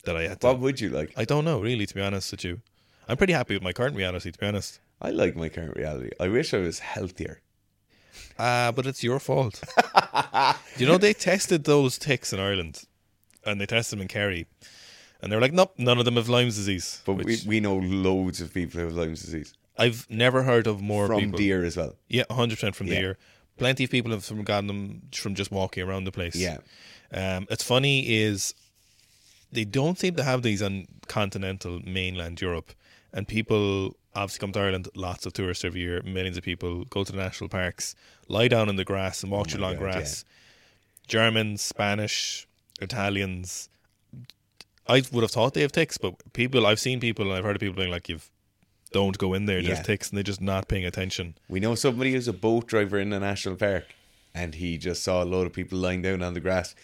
Speaker 1: that I had. To,
Speaker 2: What would you like?
Speaker 1: I don't know really, to be honest with you. I'm pretty happy with my current reality, to be honest.
Speaker 2: I like my current reality. I wish I was healthier.
Speaker 1: Ah, but it's your fault. you know, they tested those ticks in Ireland and they tested them in Kerry. And they were like, nope, none of them have Lyme disease.
Speaker 2: But
Speaker 1: which
Speaker 2: we, we know loads of people who have Lyme disease.
Speaker 1: I've never heard of more
Speaker 2: From
Speaker 1: people.
Speaker 2: deer as well.
Speaker 1: Yeah, 100% from
Speaker 2: Yeah.
Speaker 1: the ear. Plenty of people have from gotten them from just walking around the place.
Speaker 2: Yeah.
Speaker 1: Um, it's funny is they don't seem to have these on continental mainland Europe, and people obviously come to Ireland. Lots of tourists every year. Millions of people go to the national parks, lie down in the grass and walk through long
Speaker 2: Oh God,
Speaker 1: grass. Germans, Spanish, Italians. I would have thought they have ticks, but people I've seen people and I've heard of people being like, "You've don't go in there. There's
Speaker 2: Yeah.
Speaker 1: ticks," and they're just not paying attention.
Speaker 2: We know somebody who's a boat driver in the national park, and he just saw a load of people lying down on the grass.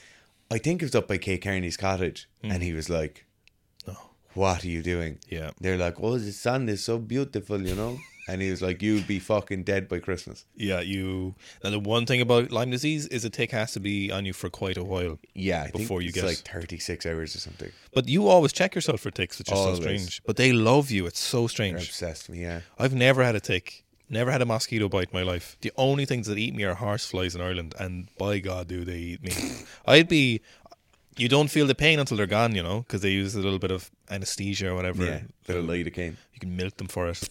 Speaker 2: I think it was up by Kay Kearney's cottage, and he was like, "What are you doing?"
Speaker 1: Yeah.
Speaker 2: They're like, "Oh, the sun is so beautiful, you know." and he was like, "You'd be fucking dead by Christmas."
Speaker 1: Yeah, you. Now the one thing about Lyme disease is a tick has to be on you for quite a while.
Speaker 2: Yeah, I think
Speaker 1: Before you
Speaker 2: it's
Speaker 1: get-
Speaker 2: like thirty six hours or something.
Speaker 1: But you always check yourself for ticks, which is
Speaker 2: Always.
Speaker 1: so strange. But they love you. It's so
Speaker 2: They're
Speaker 1: strange.
Speaker 2: obsessed with me. Yeah,
Speaker 1: I've never had a tick. Never had a mosquito bite in my life. The only things that eat me are horseflies in Ireland, and by God, do they eat me! I'd be. You don't feel the pain until they're gone, you know, because they use a little bit of anesthesia or whatever.
Speaker 2: yeah. Little lighter came.
Speaker 1: You can milk them for it.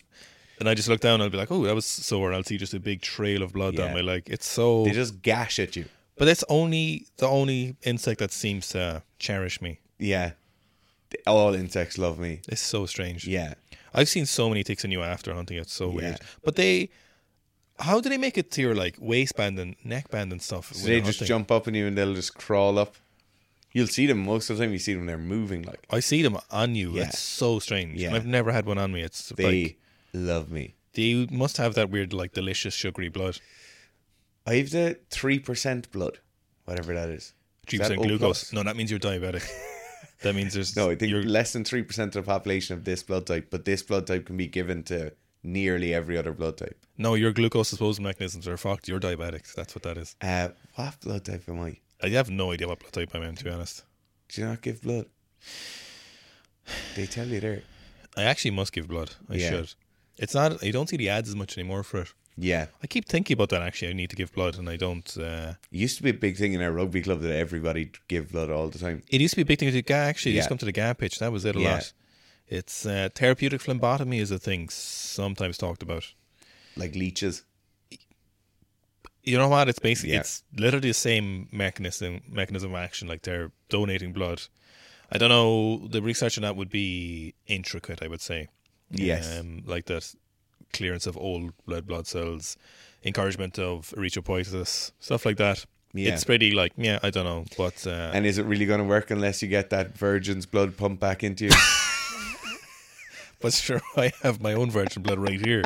Speaker 1: And I just look down and I'll be like, oh, that was sore. And I'll see just a big trail of blood
Speaker 2: Yeah.
Speaker 1: down my leg. It's so.
Speaker 2: They just gash at you.
Speaker 1: But that's only the only insect that seems to cherish me.
Speaker 2: Yeah, all insects love me.
Speaker 1: It's so strange.
Speaker 2: Yeah,
Speaker 1: I've seen so many ticks in you after hunting. It's so
Speaker 2: Yeah.
Speaker 1: weird. But they, how do they make it to your like waistband and neckband and stuff?
Speaker 2: so they just jump up on you and they'll just crawl up. You'll see them most of the time. You see them. They're moving like.
Speaker 1: I see them on you.
Speaker 2: Yeah.
Speaker 1: It's so strange.
Speaker 2: Yeah.
Speaker 1: And I've never had one on me. It's
Speaker 2: They
Speaker 1: like
Speaker 2: love me.
Speaker 1: they must have that weird like delicious sugary blood.
Speaker 2: I have the three percent blood, whatever that is.
Speaker 1: Three
Speaker 2: Is that
Speaker 1: percent
Speaker 2: O
Speaker 1: glucose.
Speaker 2: plus?
Speaker 1: No, that means you're diabetic. that means there's
Speaker 2: No, I think
Speaker 1: you're,
Speaker 2: less than three percent of the population of this blood type, but this blood type can be given to nearly every other blood type.
Speaker 1: no your glucose disposal mechanisms are fucked. You're diabetic. That's what that is.
Speaker 2: Uh, what blood type am I?
Speaker 1: I have no idea what blood type I'm in. To be honest.
Speaker 2: Do you not give blood? They tell you there.
Speaker 1: I actually must give blood. I
Speaker 2: Yeah.
Speaker 1: should. It's not. You don't see the ads as much anymore for it.
Speaker 2: Yeah.
Speaker 1: I keep thinking about that. Actually, I need to give blood, and I don't. Uh,
Speaker 2: It used to be a big thing in our rugby club that everybody give blood all the time.
Speaker 1: it used to be a big thing to do. Ga, actually, it used
Speaker 2: Yeah.
Speaker 1: to come to the Ga pitch. That was it a
Speaker 2: Yeah.
Speaker 1: lot. It's uh, therapeutic phlebotomy is a thing sometimes talked about.
Speaker 2: Like leeches.
Speaker 1: You know what? It's basically
Speaker 2: Yeah.
Speaker 1: it's literally the same mechanism mechanism of action. Like they're donating blood. I don't know. The research on that would be intricate. I would say.
Speaker 2: Yes.
Speaker 1: Um, like that clearance of old red blood cells, encouragement of erythropoiesis, stuff like that.
Speaker 2: Yeah.
Speaker 1: It's pretty like yeah, I don't know, but uh,
Speaker 2: And is it really going to work unless you get that virgin's blood pumped back into you?
Speaker 1: but sure, I have my own virgin blood right here.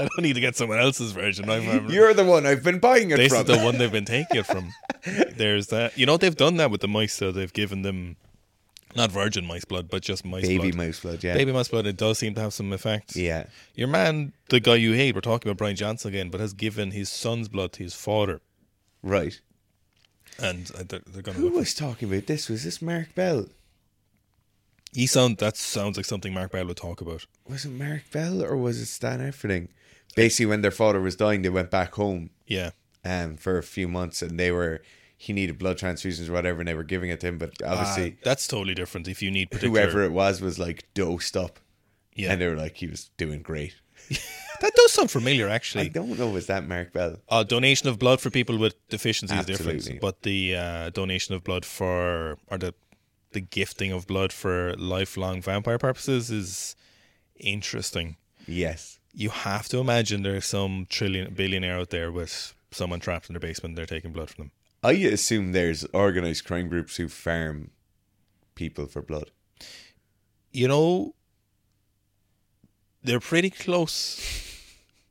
Speaker 1: I don't need to get someone else's virgin. I'm, I'm-
Speaker 2: You're the one I've been buying it
Speaker 1: this
Speaker 2: from.
Speaker 1: is the one they've been taking it from. There's that. You know they've done that with the mice. though. they've given them not virgin mice blood, but just mice
Speaker 2: Baby
Speaker 1: blood.
Speaker 2: mouse blood, yeah.
Speaker 1: Baby mice blood. It does seem to have some effect.
Speaker 2: Yeah.
Speaker 1: Your man, the guy you hate, we're talking about Brian Johnson again, but has given his son's blood to his father,
Speaker 2: Right.
Speaker 1: and uh, they're, they're going
Speaker 2: Who
Speaker 1: to.
Speaker 2: was talking about this? Was this Mark Bell?
Speaker 1: He sound that sounds like something Mark Bell would talk about.
Speaker 2: Was it Mark Bell or was it Stan Efferding? Basically, when their father was dying, they went back home
Speaker 1: Yeah,
Speaker 2: um, for a few months and they were, he needed blood transfusions or whatever, and they were giving it to him. But
Speaker 1: Uh,
Speaker 2: obviously,
Speaker 1: that's totally different. If you need particular,
Speaker 2: whoever it was was like dosed up.
Speaker 1: yeah,
Speaker 2: And they were like, he was doing great.
Speaker 1: that does sound familiar
Speaker 2: I
Speaker 1: actually.
Speaker 2: don't know, was that Mark Bell?
Speaker 1: Uh, donation of blood for people with deficiencies is
Speaker 2: Absolutely.
Speaker 1: different, but the uh, donation of blood for or the the gifting of blood for lifelong vampire purposes is interesting.
Speaker 2: Yes.
Speaker 1: you have to imagine there's some trillion billionaire out there with someone trapped in their basement. They're taking blood from them.
Speaker 2: I assume there's organized crime groups who farm people for blood.
Speaker 1: You know, they're pretty close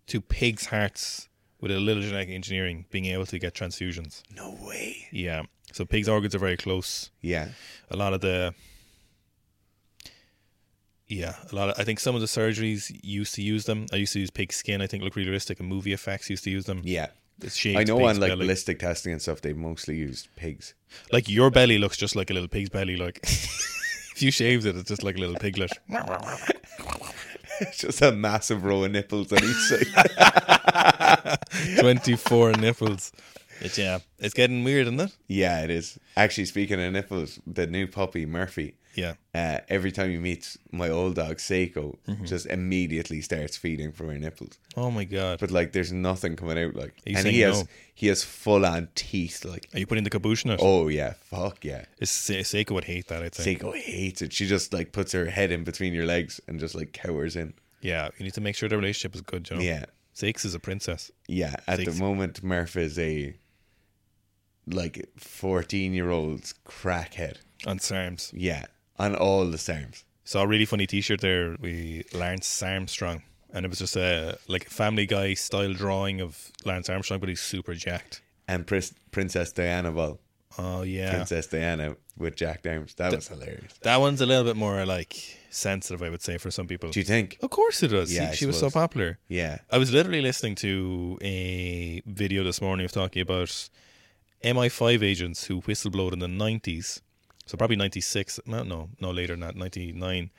Speaker 1: to pigs' hearts with a little genetic engineering being able to get transfusions.
Speaker 2: No way.
Speaker 1: Yeah, so pigs' organs are very close.
Speaker 2: Yeah.
Speaker 1: A lot of the yeah, a lot of I think some of the surgeries used to use them. I used to use pig skin. I think look realistic, and movie effects used to use them.
Speaker 2: Yeah.
Speaker 1: It's shaped
Speaker 2: I know
Speaker 1: pig's
Speaker 2: on like
Speaker 1: belly.
Speaker 2: ballistic testing and stuff, they mostly used pigs.
Speaker 1: Like your belly looks just like a little pig's belly. Like if you shaved it, it's just like a little piglet.
Speaker 2: Just a massive row of nipples on each side.
Speaker 1: Twenty four nipples. It's yeah. It's getting weird, isn't it?
Speaker 2: yeah, it is. Actually, speaking of nipples, the new puppy, Murphy,
Speaker 1: Yeah.
Speaker 2: uh, every time he meets my old dog, Seiko,
Speaker 1: Mm-hmm.
Speaker 2: just immediately starts feeding from her nipples.
Speaker 1: Oh my god.
Speaker 2: But like, there's nothing coming out. Like,
Speaker 1: He's
Speaker 2: and
Speaker 1: saying
Speaker 2: he has
Speaker 1: no.
Speaker 2: he has full on teeth. Like,
Speaker 1: Are you putting the caboose on it? Oh.
Speaker 2: oh yeah, fuck yeah.
Speaker 1: Seiko would hate that. I think.
Speaker 2: Seiko hates it. She just like puts her head in between your legs and just like cowers in.
Speaker 1: yeah. You need to make sure the relationship is good, John.
Speaker 2: Yeah,
Speaker 1: Sakes is a princess.
Speaker 2: yeah. At
Speaker 1: Seiko-
Speaker 2: the moment, Murph is a like fourteen-year-old's crackhead.
Speaker 1: On SARMs.
Speaker 2: Yeah, on all the terms.
Speaker 1: Saw a really funny T-shirt there. We Lance Armstrong, and it was just a like a Family Guy style drawing of Lance Armstrong, but he's super jacked.
Speaker 2: And Pris- Princess Diana, well,
Speaker 1: Oh yeah.
Speaker 2: Princess Diana with Jack Arms. That was hilarious.
Speaker 1: That one's a little bit more like sensitive, I would say, for some people.
Speaker 2: Do you think?
Speaker 1: of course it does.
Speaker 2: Yeah,
Speaker 1: she,
Speaker 2: I
Speaker 1: she was so
Speaker 2: suppose.
Speaker 1: popular.
Speaker 2: Yeah.
Speaker 1: I was literally listening to a video this morning of talking about MI5 agents who whistleblowed in the 90s. So probably 96, no, no, no later than that, 99.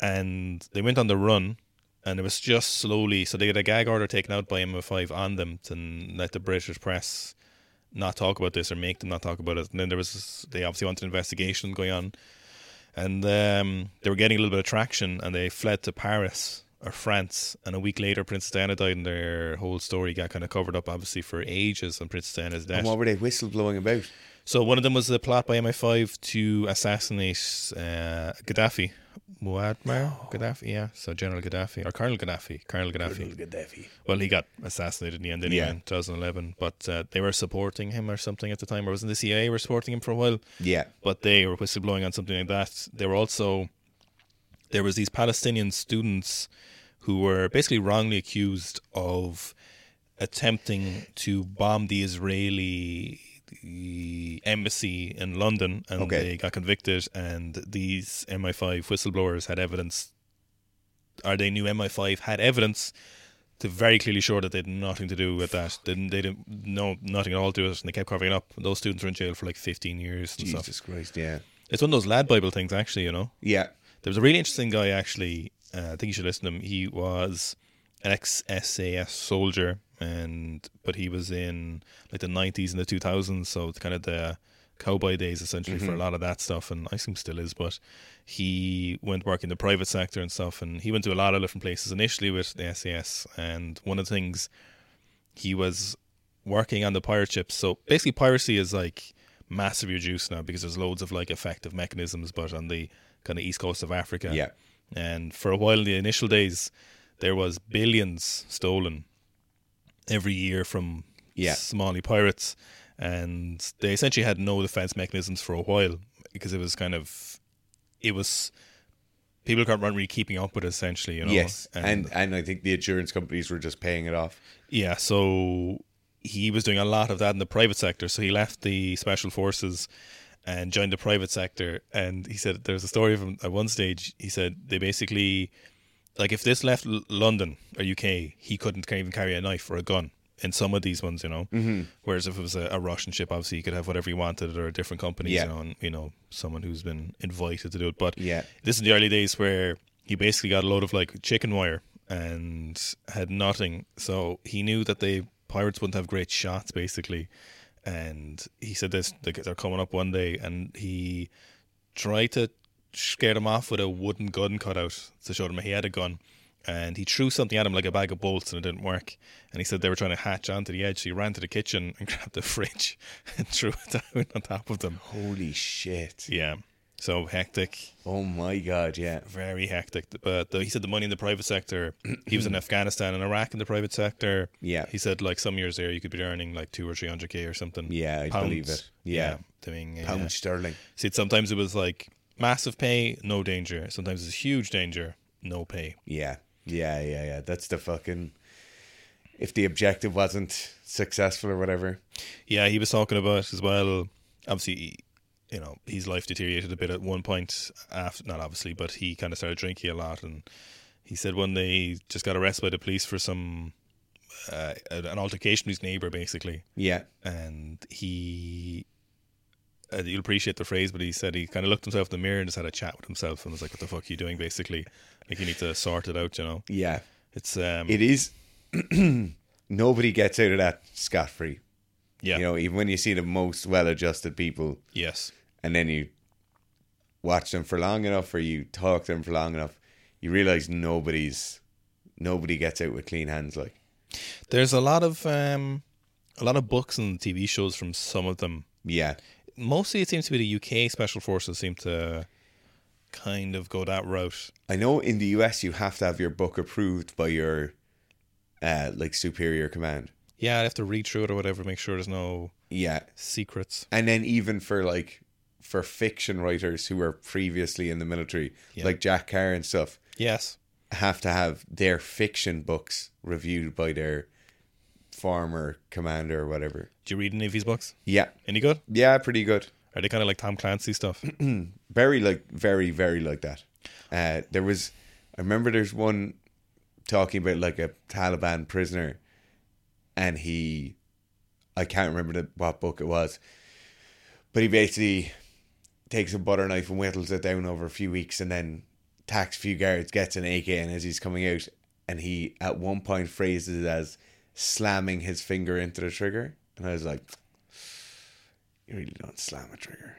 Speaker 1: And they went on the run and it was just slowly. So they had a gag order taken out by MI5 on them to n- let the British press not talk about this or make them not talk about it. And then there was, they obviously wanted an investigation going on and um, they were getting a little bit of traction and they fled to Paris or France and a week later Princess Diana died and their whole story got kind of covered up obviously for ages on Princess Diana's death.
Speaker 2: And what were they whistleblowing about?
Speaker 1: so one of them was the plot by MI5 to assassinate uh, Gaddafi. Muammar Gaddafi, yeah. So General Gaddafi or Colonel Gaddafi, Oh. Colonel Gaddafi. Well, he got assassinated in the end anyway
Speaker 2: Yeah.
Speaker 1: in 2011, but uh, they were supporting him or something at the time, or wasn't the CIA were supporting him for a while?
Speaker 2: Yeah.
Speaker 1: but they were whistleblowing on something like that. They were also there was these Palestinian students who were basically wrongly accused of attempting to bomb the Israeli embassy in London, and
Speaker 2: Okay.
Speaker 1: they got convicted. And these MI5 whistleblowers had evidence, or they knew MI5 had evidence. To very clearly show that they had nothing to do with that. They didn't, they didn't know nothing at all to it, and they kept covering it up. Those students were in jail for like 15 years and stuff.
Speaker 2: Jesus Christ, yeah.
Speaker 1: It's one of those lad Bible things, actually. You know,
Speaker 2: Yeah.
Speaker 1: there was a really interesting guy actually Uh, I think you should listen to him. He was an ex SAS soldier, and but he was in like the nineties and the two thousands, so it's kind of the cowboy days essentially for a lot of that stuff. And I assume still is, but he went work in the private sector and stuff, and he went to a lot of different places initially with the SAS. And one of the things he was working on the pirate ships. So basically, piracy is like massively reduced now because there's loads of like effective mechanisms, but on the kind of east coast of Africa.
Speaker 2: Yeah.
Speaker 1: And for a while in the initial days, there was billions stolen every year from
Speaker 2: Yeah.
Speaker 1: Somali pirates, and they essentially had no defense mechanisms for a while because it was kind of it was people can't run really keeping up with it essentially. You know?
Speaker 2: Yes, and and I think the insurance companies were just paying it off.
Speaker 1: Yeah, so he was doing a lot of that in the private sector. So he left the special forces and joined the private sector. And he said there's a story of him at one stage. He said they basically, like, if this left L- London or UK, he couldn't ca- even carry a knife or a gun in some of these ones, you know. Mm-hmm. Whereas if it was a, a Russian ship, obviously he could have whatever he wanted or a different company,
Speaker 2: Yeah.
Speaker 1: you know, and, you know, someone who's been invited to do it. But
Speaker 2: Yeah.
Speaker 1: this is the early days where he basically got a load of like chicken wire and had nothing. So he knew that the pirates wouldn't have great shots basically. And he said this they- they're coming up one day and he tried to scare them off with a wooden gun cutout to show them he had a gun. And he threw something at him like a bag of bolts and it didn't work. And he said they were trying to hatch onto the edge. So he ran to the kitchen and grabbed the fridge and threw it down on top of them.
Speaker 2: Holy shit!
Speaker 1: Yeah. So hectic
Speaker 2: Oh my god! Yeah,
Speaker 1: very hectic. But the, he said the money in the private sector. he was in Afghanistan and Iraq in the private sector.
Speaker 2: Mm. Yeah.
Speaker 1: he said like some years there you could be earning like two or three hundred k or something.
Speaker 2: Yeah, I believe it. Yeah.
Speaker 1: doing uh,
Speaker 2: pound sterling.
Speaker 1: See, sometimes it was like massive pay, no danger. Sometimes it's huge danger, no pay.
Speaker 2: Yeah, yeah, yeah, yeah. That's the fucking. If the objective wasn't successful or whatever,
Speaker 1: Yeah, he was talking about as well. Obviously, he- you know, his life deteriorated a bit at one point. After, not obviously, but he kind of started drinking a lot, and he said one day he just got arrested by the police for some uh, an altercation with his neighbor, basically.
Speaker 2: yeah,
Speaker 1: And he, uh, you'll appreciate the phrase, but he said he kind of looked himself in the mirror and just had a chat with himself and was like, "What the fuck are you doing?" Basically, like you need to sort it out. You know,
Speaker 2: yeah.
Speaker 1: it's um,
Speaker 2: It is. nobody gets out of that scot free.
Speaker 1: yeah,
Speaker 2: You know, even when you see the most well-adjusted people,
Speaker 1: yes,
Speaker 2: and then you watch them for long enough, or you talk to them for long enough, you realize nobody's nobody gets out with clean hands. Like,
Speaker 1: There's a lot of um, a lot of books and TV shows from some of them.
Speaker 2: yeah,
Speaker 1: Mostly, it seems to be the UK special forces seem to kind of go that route.
Speaker 2: I know in the US you have to have your book approved by your uh like superior command.
Speaker 1: Yeah, I have to read through it or whatever, make sure there's no
Speaker 2: Yeah.
Speaker 1: secrets.
Speaker 2: And then even for like for fiction writers who were previously in the military, like Jack Carr and stuff,
Speaker 1: Yes,
Speaker 2: have to have their fiction books reviewed by their former commander or whatever.
Speaker 1: do you read any of these books?
Speaker 2: Yeah.
Speaker 1: Any good?
Speaker 2: Yeah, pretty good.
Speaker 1: Are they kind of like Tom Clancy stuff?
Speaker 2: very like very very like that uh there was i remember there's one talking about like a taliban prisoner and he i can't remember the, what book it was but he basically takes a butter knife and whittles it down over a few weeks and then attacks a few guards gets an ak and as he's coming out and he at one point phrases it as slamming his finger into the trigger and i was like you really don't slam a trigger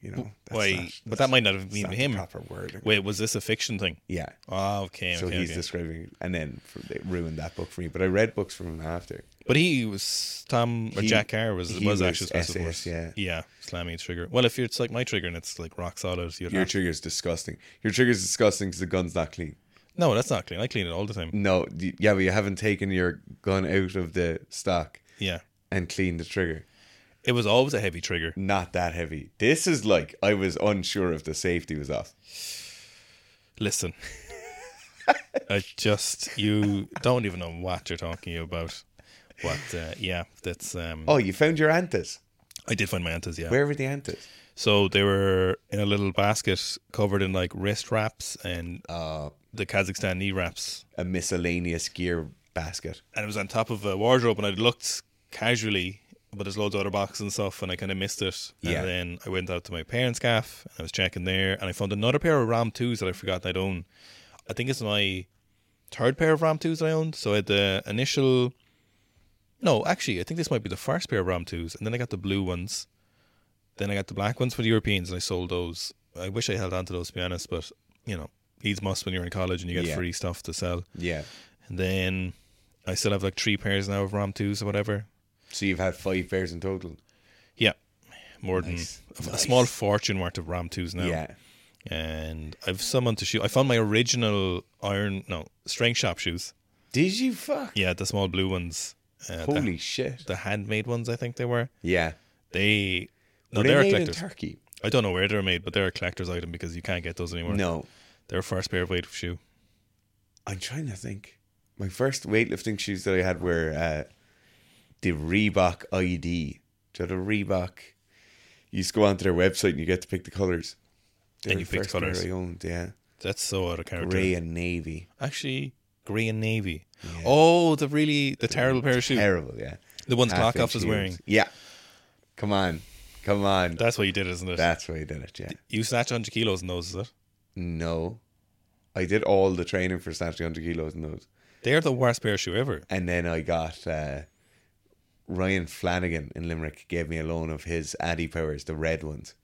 Speaker 2: you know that's
Speaker 1: Why?
Speaker 2: not-
Speaker 1: but
Speaker 2: that's-
Speaker 1: that might not have
Speaker 2: it's
Speaker 1: been
Speaker 2: not the
Speaker 1: him.
Speaker 2: proper wording.
Speaker 1: Wait, was this a fiction thing?
Speaker 2: Yeah.
Speaker 1: Oh, okay.
Speaker 2: So
Speaker 1: okay,
Speaker 2: he's
Speaker 1: okay.
Speaker 2: describing, it, and then for, they ruined that book for me. But I read books from him after.
Speaker 1: But he was Tom or
Speaker 2: He-
Speaker 1: Jack Carr was
Speaker 2: he
Speaker 1: was
Speaker 2: was
Speaker 1: actually special
Speaker 2: SS,
Speaker 1: force.
Speaker 2: yeah.
Speaker 1: yeah, slamming a trigger. Well, if it's like my trigger and it's like rock solid, you'd
Speaker 2: Your
Speaker 1: have-
Speaker 2: trigger's disgusting. Your trigger's disgusting because the gun's not clean.
Speaker 1: no, that's not clean. I clean it all the time.
Speaker 2: No, y- yeah, but you haven't taken your gun out of the stock
Speaker 1: Yeah.
Speaker 2: and cleaned the trigger.
Speaker 1: It was always a heavy trigger.
Speaker 2: Not that heavy. This is like I was unsure if the safety was off.
Speaker 1: Listen. I just you don't even know what you're talking about. But uh, yeah, that's um
Speaker 2: Oh, you found your antas.
Speaker 1: I did find my antas, yeah.
Speaker 2: Where were the antas?
Speaker 1: So they were in a little basket covered in like wrist wraps and
Speaker 2: Uh,
Speaker 1: the Kazakhstan knee wraps.
Speaker 2: a miscellaneous gear basket.
Speaker 1: And it was on top of a wardrobe and I looked casually but there's loads of other boxes and stuff and I kinda missed it. And
Speaker 2: Yeah.
Speaker 1: then I went out to my parents' gaff and I was checking there and I found another pair of Ram twos that I forgot I'd own. I think it's my third pair of Ram 2s I owned. So I had the initial. No, actually, I think this might be the first pair of Ram 2s. And then I got the blue ones. Then I got the black ones for the Europeans and I sold those. I wish I held on to those, to be honest, but, you know, needs must when you're in college and you get
Speaker 2: Yeah.
Speaker 1: free stuff to sell.
Speaker 2: Yeah.
Speaker 1: And then I still have like three pairs now of Ram 2s or whatever.
Speaker 2: So you've had five pairs in total.
Speaker 1: Yeah. More
Speaker 2: Nice.
Speaker 1: than a
Speaker 2: Nice.
Speaker 1: small fortune worth of Ram 2s now.
Speaker 2: Yeah.
Speaker 1: And I've someone to shoot. I found my original iron, no, strength shop shoes.
Speaker 2: Did you fuck?
Speaker 1: Yeah, the small blue ones. Uh,
Speaker 2: Holy
Speaker 1: the,
Speaker 2: shit.
Speaker 1: the handmade ones, I think they were.
Speaker 2: Yeah.
Speaker 1: They no,
Speaker 2: Were
Speaker 1: they're
Speaker 2: they made in
Speaker 1: collectors.
Speaker 2: Turkey?
Speaker 1: I don't know where they're made, but they're a collector's item because you can't get those anymore.
Speaker 2: No.
Speaker 1: They're first pair of weight of shoe.
Speaker 2: I'm trying to think. My first weightlifting shoes that I had were uh, the Reebok ID. Do you know the Reebok? You just go onto their website and you get to pick the colors.
Speaker 1: And you pick the colours.
Speaker 2: I owned, yeah,
Speaker 1: That's so out of character.
Speaker 2: grey and navy.
Speaker 1: Actually, grey and navy. Oh, the really the terrible pair of shoe.
Speaker 2: Terrible, yeah.
Speaker 1: the ones
Speaker 2: Half
Speaker 1: Glockoff
Speaker 2: inch
Speaker 1: was
Speaker 2: heels.
Speaker 1: wearing.
Speaker 2: Yeah. Come on, come on.
Speaker 1: That's what you did, isn't it?
Speaker 2: That's why I did it. Yeah.
Speaker 1: you snatched hundred kilos in those, is it?
Speaker 2: No, I did all the training for snatching hundred kilos in those.
Speaker 1: They're the worst pair of shoe ever.
Speaker 2: And then I got uh, Ryan Flanagan in Limerick gave me a loan of his Addy Powers, the red ones.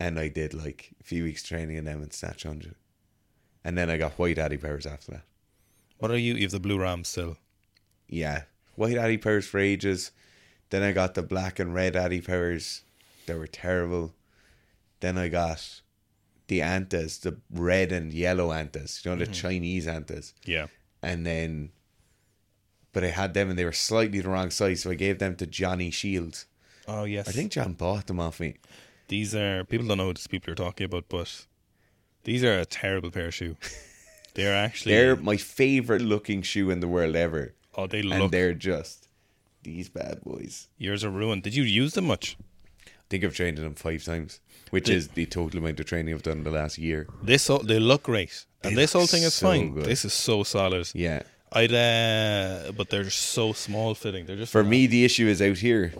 Speaker 2: And I did like a few weeks training in them and Snatch 100. And then I got white Addy Powers after that.
Speaker 1: What are you? You have the blue ram still.
Speaker 2: Yeah. White Addy Powers for ages. Then I got the black and red Addy Powers. They were terrible. Then I got the Antas, the red and yellow Antas, you know, the Chinese Antas.
Speaker 1: Yeah.
Speaker 2: and then but I had them and they were slightly the wrong size, so I gave them to Johnny Shields.
Speaker 1: Oh yes.
Speaker 2: I think John bought them off me.
Speaker 1: These are people don't know what these people you're talking about, but these are a terrible pair of shoe. They're actually
Speaker 2: They're my favorite looking shoe in the world ever,
Speaker 1: oh they
Speaker 2: and
Speaker 1: look
Speaker 2: they're just these bad boys.
Speaker 1: yours are ruined. Did you use them much?
Speaker 2: I think I've trained in them five times, which is the total amount of training I've done in the last year.
Speaker 1: This whole, they look great, and
Speaker 2: They
Speaker 1: this
Speaker 2: look
Speaker 1: whole thing is
Speaker 2: so
Speaker 1: fine.
Speaker 2: good.
Speaker 1: This is so solid.
Speaker 2: Yeah,
Speaker 1: I'd uh, but they're so small fitting. They're just
Speaker 2: for me the issue is out here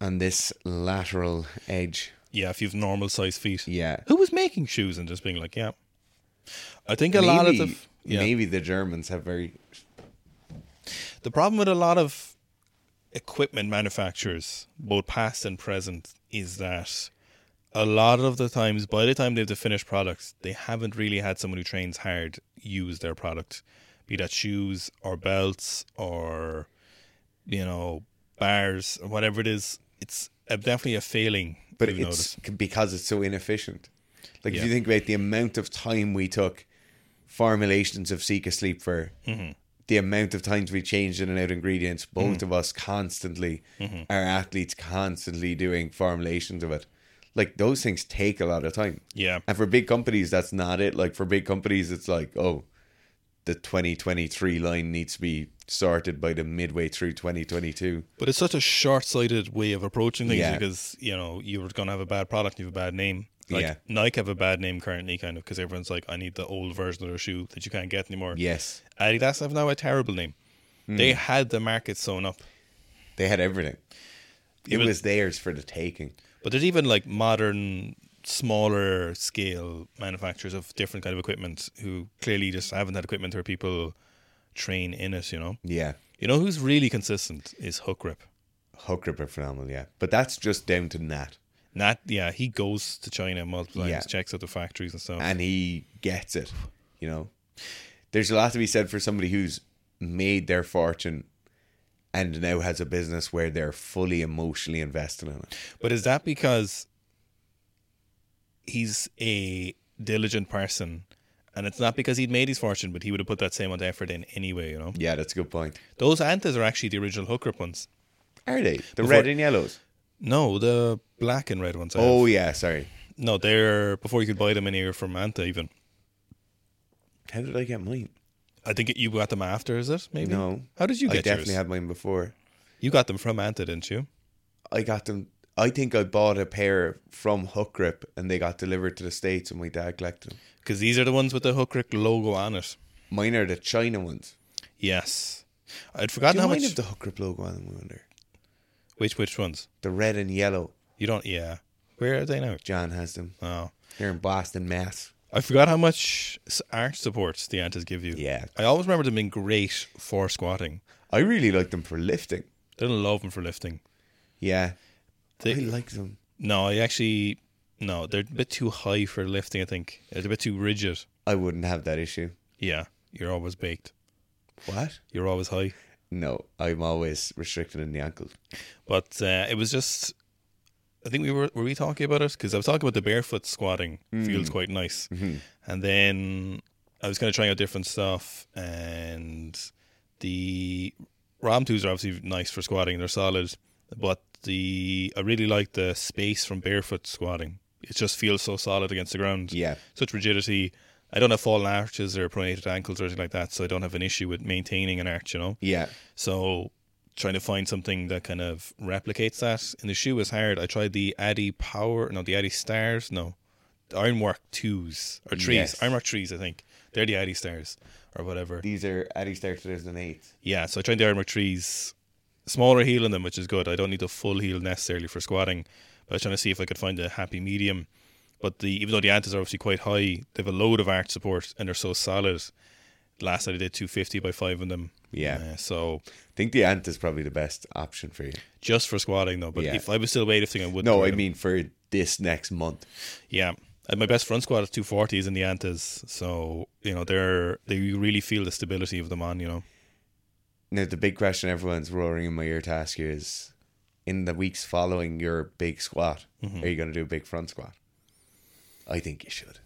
Speaker 2: on this lateral edge.
Speaker 1: yeah. If you've normal size feet,
Speaker 2: Yeah,
Speaker 1: who was making shoes and just being like yeah? I think a lot of the f- yeah.
Speaker 2: maybe the Germans have very
Speaker 1: The problem with a lot of equipment manufacturers, both past and present, is that a lot of the times, by the time they have the finished product, they haven't really had someone who trains hard use their product, be that shoes or belts or, you know, bars or whatever it is. It's a, definitely a failing.
Speaker 2: but
Speaker 1: we've
Speaker 2: it's
Speaker 1: noticed.
Speaker 2: c because it's so inefficient. Like if
Speaker 1: Yeah.
Speaker 2: you think about the amount of time we took formulations of Seek a Sleep for, the amount of times we changed in and out ingredients, both of us constantly, our athletes constantly doing formulations of it. Like those things take a lot of time.
Speaker 1: yeah,
Speaker 2: And for big companies, that's not it. Like for big companies, it's like, oh, the 2023 line needs to be sorted by the midway through 2022.
Speaker 1: but it's such a short-sighted way of approaching things
Speaker 2: Yeah.
Speaker 1: because you know you're going to have a bad product, you have a bad name. Like
Speaker 2: Yeah.
Speaker 1: Nike have a bad name currently, kind of, because everyone's like, I need the old version of their shoe that you can't get anymore.
Speaker 2: Yes.
Speaker 1: Adidas have now a terrible name.
Speaker 2: Hmm.
Speaker 1: They had the market sewn up,
Speaker 2: They had everything. It
Speaker 1: was-
Speaker 2: was theirs for the taking.
Speaker 1: but there's even like modern, smaller scale manufacturers of different kind of equipment who clearly just haven't had equipment or people train in it. You know,
Speaker 2: Yeah.
Speaker 1: you know who's really consistent is Hook Rip.
Speaker 2: Hook grip are phenomenal, yeah. But that's just down to Nat.
Speaker 1: Nat, yeah, he goes to China multiple times,
Speaker 2: Yeah.
Speaker 1: checks out the factories and stuff.
Speaker 2: And he gets it, you know. There's a lot to be said for somebody who's made their fortune and now has a business where they're fully emotionally invested in it.
Speaker 1: But is that because he's a diligent person? And it's not because he'd made his fortune, but he would have put that same amount of effort in anyway, you know?
Speaker 2: Yeah, that's a good point.
Speaker 1: Those Antas are actually the original hooker ones.
Speaker 2: Are they? The red and yellows.
Speaker 1: No, the black and red ones. I
Speaker 2: Oh
Speaker 1: have.
Speaker 2: yeah, sorry.
Speaker 1: No, they're before you could buy them anywhere from Anta, even.
Speaker 2: How did I get mine?
Speaker 1: I think you got them after, is it? Maybe?
Speaker 2: No.
Speaker 1: How did you
Speaker 2: I
Speaker 1: get
Speaker 2: definitely
Speaker 1: yours?
Speaker 2: had mine before.
Speaker 1: You got them from Anta, didn't you?
Speaker 2: I got them I think I bought a pair from Hook Grip and they got delivered to the States and my dad collected them.
Speaker 1: Because these are the ones with the Hookrick logo on it.
Speaker 2: Mine are the China ones.
Speaker 1: Yes. I'd
Speaker 2: Do
Speaker 1: forgotten
Speaker 2: you
Speaker 1: how
Speaker 2: mind
Speaker 1: much.
Speaker 2: if the Hook Grip logo on them, I wonder?
Speaker 1: Which which ones?
Speaker 2: The red and yellow.
Speaker 1: You don't. Yeah. Where are they now?
Speaker 2: John has them.
Speaker 1: Oh.
Speaker 2: They're in Boston, Mass.
Speaker 1: I forgot how much s- arch supports the antis give you.
Speaker 2: Yeah.
Speaker 1: I always remember them being great for squatting.
Speaker 2: I really like them for lifting.
Speaker 1: Didn't love them for lifting.
Speaker 2: Yeah.
Speaker 1: They,
Speaker 2: I like them.
Speaker 1: no, I actually no. They're a bit too high for lifting. I think it's a bit too rigid.
Speaker 2: I wouldn't have that issue.
Speaker 1: Yeah, you're always baked.
Speaker 2: What?
Speaker 1: You're always high.
Speaker 2: No, I'm always restricted in the ankle.
Speaker 1: But uh, it was just. I think we were were we talking about it because I was talking about the barefoot squatting feels quite nice, and then I was kind of trying out different stuff, and the Ram twos are obviously nice for squatting; they're solid. But the I really like the space from barefoot squatting. It just feels so solid against the ground.
Speaker 2: Yeah.
Speaker 1: such rigidity. I don't have fallen arches or pronated ankles or anything like that, so I don't have an issue with maintaining an arch. You know.
Speaker 2: Yeah.
Speaker 1: So trying to find something that kind of replicates that in the shoe is hard. I tried the Addy Power, no, the Addy Stars, no, the Ironwork twos or trees,
Speaker 2: Yes.
Speaker 1: Ironwork trees, I think they're the Addy Stars or whatever.
Speaker 2: These are Addy Star 2008.
Speaker 1: Yeah, so I tried the Ironwork trees, smaller heel in them, which is good. I don't need a full heel necessarily for squatting, but I was trying to see if I could find a happy medium. But the even though the antas are obviously quite high, they have a load of arch support and they're so solid. Last night I did two fifty by five on them.
Speaker 2: Yeah.
Speaker 1: Uh, so
Speaker 2: I think the ant is probably the best option for you.
Speaker 1: just for squatting though. But
Speaker 2: Yeah.
Speaker 1: if I was still weightlifting, I would.
Speaker 2: No, I mean for this next month.
Speaker 1: yeah. And my best front squat is two forties in the Antas, so you know they're they you really feel the stability of them on. You know,
Speaker 2: Now, the big question everyone's roaring in my ear to ask you is in the weeks following your big squat, are you going to do a big front squat? I think you should.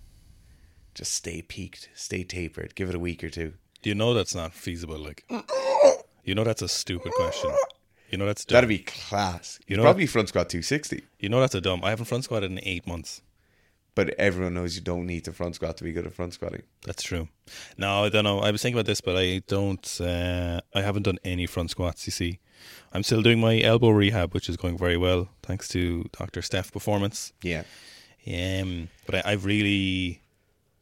Speaker 2: Just stay peaked, stay tapered, give it a week or two.
Speaker 1: you know that's not feasible. Like, you know that's a stupid question. You know that's dumb.
Speaker 2: That'd be class. You
Speaker 1: know-
Speaker 2: probably front squat 260,
Speaker 1: you know that's a dumb. I haven't front squatted in eight months.
Speaker 2: but everyone knows you don't need to front squat to be good at front squatting.
Speaker 1: That's true. No, I don't know. I was thinking about this, but I don't. Uh, I haven't done any front squats. You see, I'm still doing my elbow rehab, which is going very well, thanks to Doctor Steph Performance.
Speaker 2: Yeah.
Speaker 1: Um, but I, I really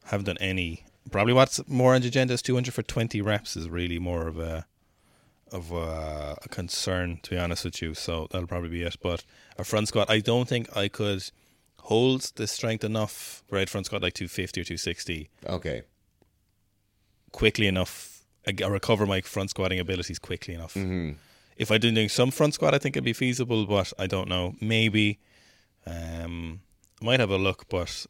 Speaker 1: haven't done any. Probably what's more on the agenda is 200 for 20 reps is really more of a of a, a concern to be honest with you. So that'll probably be it. But a front squat, I don't think I could hold the strength enough. Right front squat like 250 or 260
Speaker 2: Okay.
Speaker 1: quickly enough. I g- I recover my front squatting abilities quickly enough.
Speaker 2: Mm-hmm.
Speaker 1: If I'd been doing some front squat, I think it'd be feasible, but I don't know. Maybe um, I might have a look, but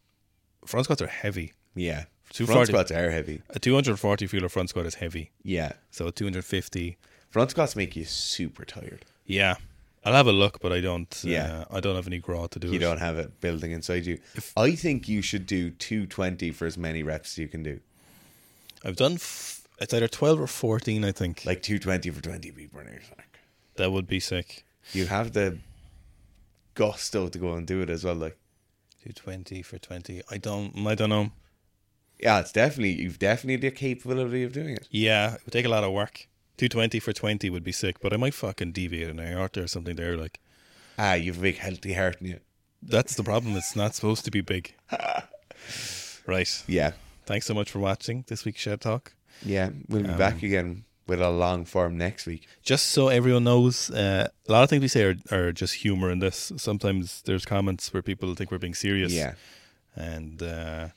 Speaker 1: front squats are heavy.
Speaker 2: Yeah.
Speaker 1: Two
Speaker 2: front
Speaker 1: forty-
Speaker 2: squats are heavy.
Speaker 1: A 240 feeler front squat is heavy.
Speaker 2: Yeah.
Speaker 1: So a 250,
Speaker 2: Front squats make you super tired.
Speaker 1: yeah. I'll have a look, but I don't.
Speaker 2: Yeah.
Speaker 1: Uh, I don't have any grow to do
Speaker 2: You
Speaker 1: it.
Speaker 2: don't have it building inside you. I think you should do 220 for as many reps as you can do.
Speaker 1: I've done. F- it's either 12 or 14, I think.
Speaker 2: Like 220 for 20 would be burners. Like,
Speaker 1: that would be sick.
Speaker 2: you have the gusto to go and do it as well. Like,
Speaker 1: 220 for 20. I don't. I don't know.
Speaker 2: yeah, it's definitely, you've definitely the capability of doing it.
Speaker 1: Yeah, it would take a lot of work. Two twenty for twenty would be sick, but I might fucking deviate an aorta or something there. Like
Speaker 2: Ah, you have a big healthy heart in you.
Speaker 1: that's the problem. It's not supposed to be big. right.
Speaker 2: Yeah.
Speaker 1: Thanks so much for watching this week's Shed Talk.
Speaker 2: Yeah. We'll be back again with a long form next week.
Speaker 1: Just so everyone knows, uh, a lot of things we say are, are just humor in this. Sometimes there's comments where people think we're being serious.
Speaker 2: Yeah.
Speaker 1: And uh,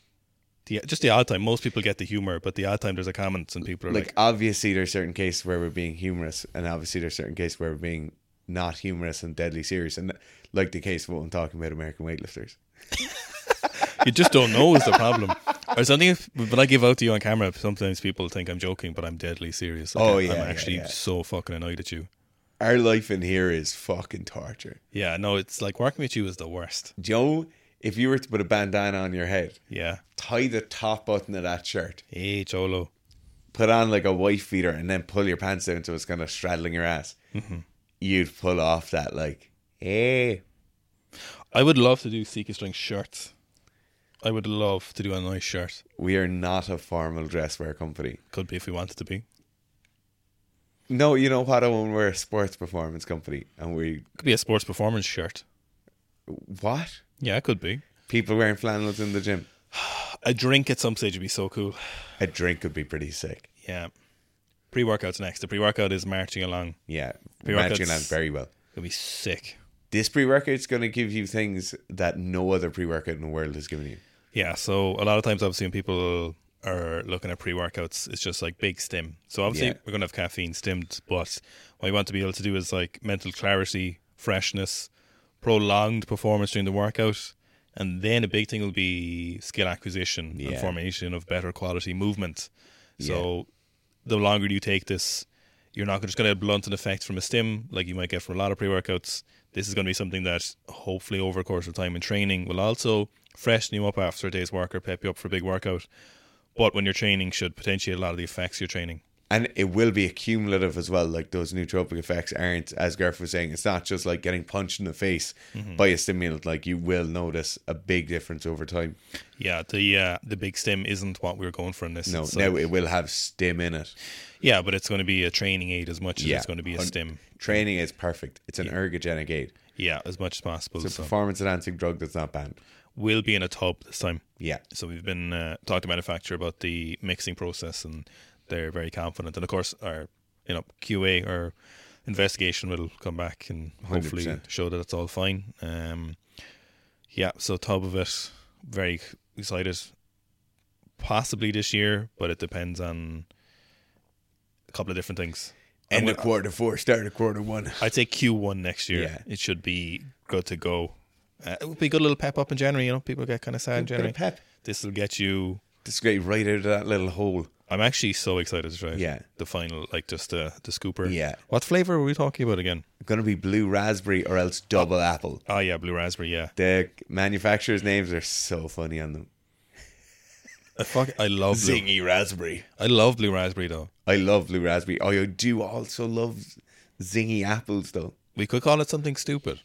Speaker 1: the, just the odd time, most people get the humor, but the odd time there's a comment and people are
Speaker 2: Like,
Speaker 1: like,
Speaker 2: obviously, there's certain cases where we're being humorous, and obviously, there's certain cases where we're being not humorous and deadly serious. And like the case of what I'm talking about, American weightlifters.
Speaker 1: you just don't know is the problem. Or something if when I give out to you on camera, sometimes people think I'm joking, but I'm deadly serious. Like,
Speaker 2: Oh,
Speaker 1: I-
Speaker 2: yeah,
Speaker 1: I'm
Speaker 2: yeah,
Speaker 1: actually
Speaker 2: yeah.
Speaker 1: so fucking annoyed at you.
Speaker 2: Our life in here is fucking torture.
Speaker 1: Yeah, no, it's like working with you is the worst.
Speaker 2: Joe, if you were to put a bandana on your head,
Speaker 1: Yeah.
Speaker 2: tie the top button of that shirt,
Speaker 1: Hey, Cholo.
Speaker 2: put on like a wife beater, and then pull your pants down so it's kind of straddling your ass, you'd pull off that like, hey,
Speaker 1: I would love to do Seeker String shirts. I would love to do a nice shirt.
Speaker 2: we are not a formal dresswear company.
Speaker 1: Could be if we wanted to be.
Speaker 2: No, you know what, Owen? We're a sports performance company, and we
Speaker 1: Could be a sports performance shirt.
Speaker 2: what?
Speaker 1: Yeah, it could be.
Speaker 2: People wearing flannels in the gym.
Speaker 1: A drink at some stage would be so cool.
Speaker 2: A drink would be pretty sick.
Speaker 1: Yeah. Pre workout's next. The pre workout is marching along.
Speaker 2: Yeah,
Speaker 1: Pre-workouts.
Speaker 2: matching that very well.
Speaker 1: It'll be sick.
Speaker 2: This pre workout's going to give you things that no other pre workout in the world has given you.
Speaker 1: Yeah, so a lot of times, obviously, when people are looking at pre workouts, it's just like big stim. So obviously,
Speaker 2: Yeah.
Speaker 1: we're going to have caffeine stimmed, but what you want to be able to do is like mental clarity, freshness, prolonged performance during the workout. And then a big thing will be skill acquisition and
Speaker 2: Yeah.
Speaker 1: formation of better quality movement. So the longer you take this, you're not just going to blunt an effect from a stim like you might get from a lot of pre workouts. This is going to be something that hopefully over a course of time in training will also freshen you up after a day's work or pep you up for a big workout. But when you're training, should potentiate a lot of the effects you're training.
Speaker 2: And it will be accumulative as well. Like those nootropic effects aren't, as Gareth was saying, it's not just like getting punched in the face
Speaker 1: Mm-hmm.
Speaker 2: by a stimulant. Like you will notice a big difference over time.
Speaker 1: Yeah, the uh, the big stim isn't what we were going for in this.
Speaker 2: No,
Speaker 1: It's
Speaker 2: now
Speaker 1: like-
Speaker 2: it will have stim in it.
Speaker 1: yeah, but it's going to be a training aid as much as
Speaker 2: Yeah,
Speaker 1: it's going to be a
Speaker 2: hun-
Speaker 1: stim.
Speaker 2: Training is perfect. It's an ergogenic aid.
Speaker 1: Yeah, as much as possible.
Speaker 2: It's a
Speaker 1: so
Speaker 2: performance enhancing drug that's not banned.
Speaker 1: we'll be in a tub this time.
Speaker 2: Yeah.
Speaker 1: So we've been uh, talked to manufacturer about the mixing process, and they're very confident. And of course, our you know QA or investigation will come back and hopefully
Speaker 2: 100%.
Speaker 1: show that it's all fine. Um, yeah. So top of it, very excited. Possibly this year, but it depends on a couple of different things.
Speaker 2: End
Speaker 1: I
Speaker 2: of quarter four, start of quarter one.
Speaker 1: I'd say Q1 next year.
Speaker 2: Yeah.
Speaker 1: It should be good to go. Uh, it would be a good little pep up in January. You know, people get kind of sad in
Speaker 2: Bit
Speaker 1: January.
Speaker 2: of pep.
Speaker 1: This will get you
Speaker 2: Just get you right out of that little hole.
Speaker 1: I'm actually so excited to try.
Speaker 2: Yeah.
Speaker 1: The final, like just the the scooper.
Speaker 2: Yeah.
Speaker 1: What flavor were we talking about again?
Speaker 2: Gonna be blue raspberry or else double apple.
Speaker 1: Oh yeah, blue raspberry. Yeah.
Speaker 2: The manufacturers' names are so funny on them.
Speaker 1: I fuck, I love blue.
Speaker 2: Zingy raspberry.
Speaker 1: I love blue raspberry though.
Speaker 2: I love blue raspberry. I do also love zingy apples though.
Speaker 1: We could call it something stupid,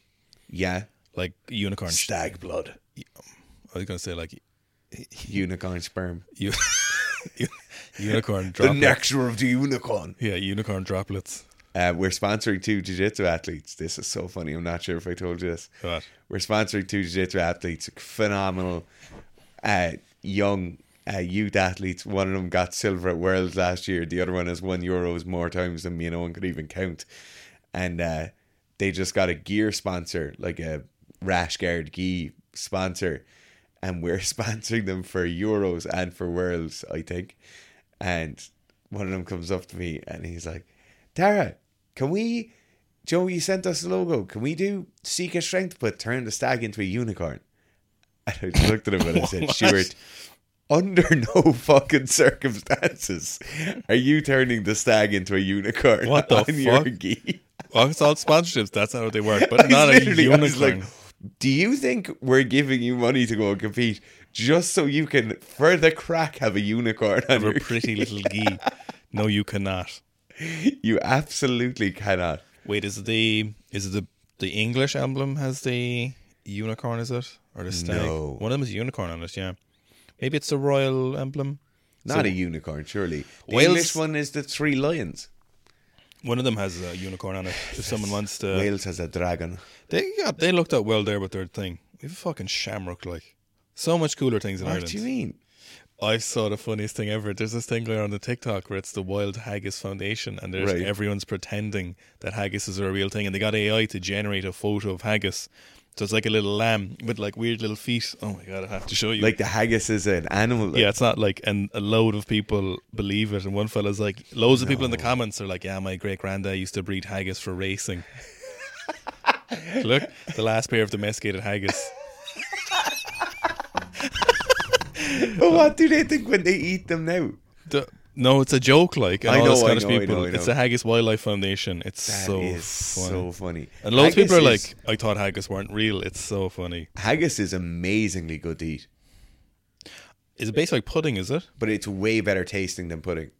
Speaker 2: Yeah.
Speaker 1: like unicorn. sh-
Speaker 2: Stag blood.
Speaker 1: I was gonna say like
Speaker 2: Unicorn sperm.
Speaker 1: you, unicorn
Speaker 2: The
Speaker 1: droplets.
Speaker 2: nectar of the unicorn.
Speaker 1: Yeah, unicorn droplets.
Speaker 2: Uh, we're sponsoring two jiu-jitsu athletes. This is so funny. I'm not sure if I told you this.
Speaker 1: Right.
Speaker 2: We're sponsoring two jiu-jitsu athletes, phenomenal uh, young uh, youth athletes. One of them got silver at Worlds last year. The other one has won Euros more times than me and Owen could even count. And uh, they just got a gear sponsor, like a rash guard gi sponsor. And we're sponsoring them for Euros and for Worlds, I think. And one of them comes up to me and he's like, Tara, can we Joe, you sent us the logo. Can we do Seeker Strength but turn the stag into a unicorn? And I looked at him and I said,
Speaker 1: What?
Speaker 2: Stuart, under no fucking circumstances are you turning the stag into a unicorn
Speaker 1: What the
Speaker 2: on your
Speaker 1: fuck?
Speaker 2: gi.
Speaker 1: Well, Oh, it's all sponsorships. That's how they work.
Speaker 2: I
Speaker 1: But not a
Speaker 2: literally- I
Speaker 1: unicorn.
Speaker 2: was like, do you think we're giving you money to go and compete just so you can, for the crack, have a unicorn on
Speaker 1: Of
Speaker 2: your
Speaker 1: a pretty little gee. No, you cannot.
Speaker 2: You absolutely cannot.
Speaker 1: Wait, is it the is it the the English emblem has the unicorn? Is it or the stag?
Speaker 2: No.
Speaker 1: One of them is a unicorn on it. Yeah, maybe it's the royal emblem.
Speaker 2: Not a unicorn, surely. The
Speaker 1: Wales-
Speaker 2: English one is the three lions.
Speaker 1: One of them has a unicorn on it. If someone wants to,
Speaker 2: Wales has a dragon.
Speaker 1: they got they looked out well there with their thing. We have a fucking shamrock like. So much cooler things in
Speaker 2: What
Speaker 1: Ireland.
Speaker 2: do you mean?
Speaker 1: I saw the funniest thing ever. There's this thing going on the TikTok where it's the Wild Haggis Foundation, and there's
Speaker 2: Right.
Speaker 1: everyone's pretending that haggises are a real thing, and they got AI to generate a photo of haggis. So it's like a little lamb with like weird little feet. Oh my god, I have to show you.
Speaker 2: Like the haggis is an animal. like-
Speaker 1: yeah, it's not like, and a load of people believe it, and one fella's like, loads of people in the comments are like, yeah, my great granddad used to breed haggis for racing. Look, the last pair of domesticated haggis.
Speaker 2: But what do they think when they eat them now?
Speaker 1: The- no, it's a joke. Like, and
Speaker 2: I
Speaker 1: all
Speaker 2: know,
Speaker 1: the
Speaker 2: I
Speaker 1: Scottish
Speaker 2: know, I know,
Speaker 1: people,
Speaker 2: I
Speaker 1: it's
Speaker 2: know.
Speaker 1: the Haggis Wildlife Foundation. It's
Speaker 2: That
Speaker 1: so
Speaker 2: is
Speaker 1: funny.
Speaker 2: so funny.
Speaker 1: and loads of people are
Speaker 2: Haggis is-
Speaker 1: like, I thought haggis weren't real. It's so funny.
Speaker 2: haggis is amazingly good to eat,
Speaker 1: Is it basically like pudding? Is it?
Speaker 2: but it's way better tasting than pudding.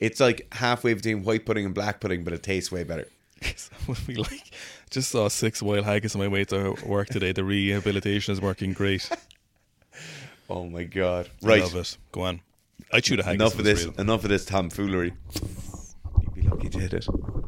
Speaker 2: It's like halfway between white pudding and black pudding, but it tastes way better.
Speaker 1: Would we like just saw six wild haggis on my way to work today. The rehabilitation is working great.
Speaker 2: Oh my god!
Speaker 1: I
Speaker 2: Right,
Speaker 1: Love it. Go on. I chewed a haggis.
Speaker 2: enough
Speaker 1: if
Speaker 2: of
Speaker 1: it's
Speaker 2: this.
Speaker 1: real.
Speaker 2: Enough of this tomfoolery. You'd be lucky you did it.